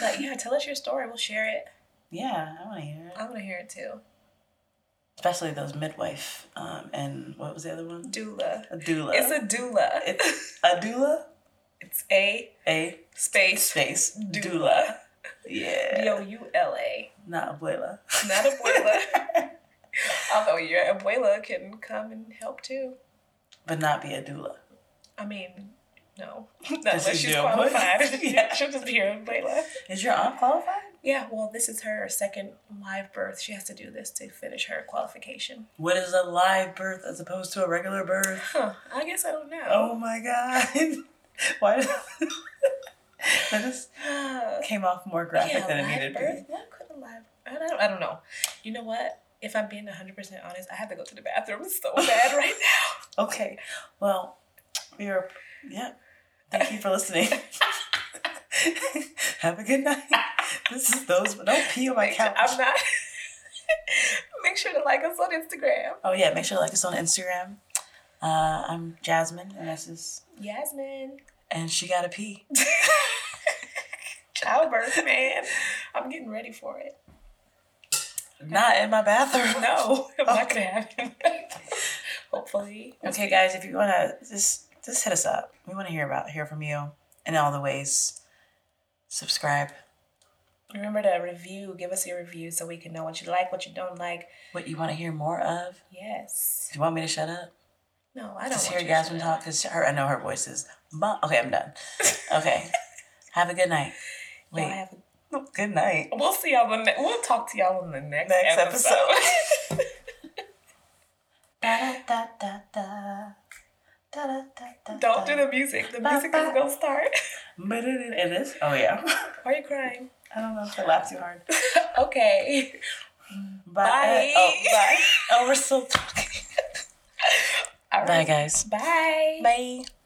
Speaker 1: But yeah, tell us your story. We'll share it.
Speaker 2: Yeah, I want to hear it.
Speaker 1: I want to hear it too.
Speaker 2: Especially those midwife um, and what was the other one?
Speaker 1: Doula.
Speaker 2: A doula.
Speaker 1: It's a doula.
Speaker 2: It's a doula.
Speaker 1: It's a
Speaker 2: A
Speaker 1: space
Speaker 2: space doula.
Speaker 1: doula. D
Speaker 2: Yeah.
Speaker 1: O U L A.
Speaker 2: Not abuela.
Speaker 1: Not abuela. Although your abuela can come and help too.
Speaker 2: but not be a doula.
Speaker 1: I mean, no. Not
Speaker 2: This
Speaker 1: unless
Speaker 2: is
Speaker 1: she's
Speaker 2: your abuela.
Speaker 1: qualified.
Speaker 2: Yeah.
Speaker 1: yeah, she'll just be your abuela.
Speaker 2: Is your aunt qualified?
Speaker 1: Yeah, well, this is her second live birth. She has to do this to finish her qualification.
Speaker 2: What is a live birth as opposed to a regular birth?
Speaker 1: Huh, I guess I don't
Speaker 2: Oh
Speaker 1: know.
Speaker 2: my god. Why did that just
Speaker 1: Oh.
Speaker 2: came off more graphic
Speaker 1: yeah,
Speaker 2: than it
Speaker 1: live
Speaker 2: needed to
Speaker 1: birth? What could a live I don't, I don't know. You know what? If I'm being 100% honest, I have to go to the bathroom It's so bad right now.
Speaker 2: be. Okay. Well, we are yeah. Thank you for listening. Have a good night. This is those don't pee on my
Speaker 1: Make sure-
Speaker 2: couch.
Speaker 1: I'm not. Make sure to like us on Instagram.
Speaker 2: Oh yeah, make sure to like us on Instagram. Uh, I'm Jasmine and this is
Speaker 1: Yasmin.
Speaker 2: and she gotta pee.
Speaker 1: Childbirth, man. I'm getting ready for it.
Speaker 2: Not in my bathroom.
Speaker 1: No, I'm not going to have it. Hopefully.
Speaker 2: Okay, guys, if you wanna just just hit us up. We wanna hear about hear from you in all the ways. Subscribe.
Speaker 1: Remember to review. Give us your review so we can know what you like, what you don't like.
Speaker 2: What you want to hear more of?
Speaker 1: Yes.
Speaker 2: Do you want me to shut up?
Speaker 1: No, I don't
Speaker 2: Just
Speaker 1: want
Speaker 2: hear
Speaker 1: you to
Speaker 2: Jasmine
Speaker 1: shut up.
Speaker 2: talk because her I know her voice is. But okay, I'm done. Okay, have a good night.
Speaker 1: Y'all
Speaker 2: Wait, Oh,
Speaker 1: have a-
Speaker 2: good night.
Speaker 1: We'll see y'all. The ne- we'll talk to y'all in the next,
Speaker 2: Next
Speaker 1: episode.
Speaker 2: Da da da da da da da da.
Speaker 1: Don't do the music. The music is gonna start.
Speaker 2: But it it is. Oh yeah.
Speaker 1: Why are you crying?
Speaker 2: I don't know if I laughed too hard.
Speaker 1: Okay.
Speaker 2: Bye.
Speaker 1: Bye.
Speaker 2: oh, bye. Oh, we're still talking.
Speaker 1: All
Speaker 2: Bye,
Speaker 1: right.
Speaker 2: guys.
Speaker 1: Bye.
Speaker 2: Bye.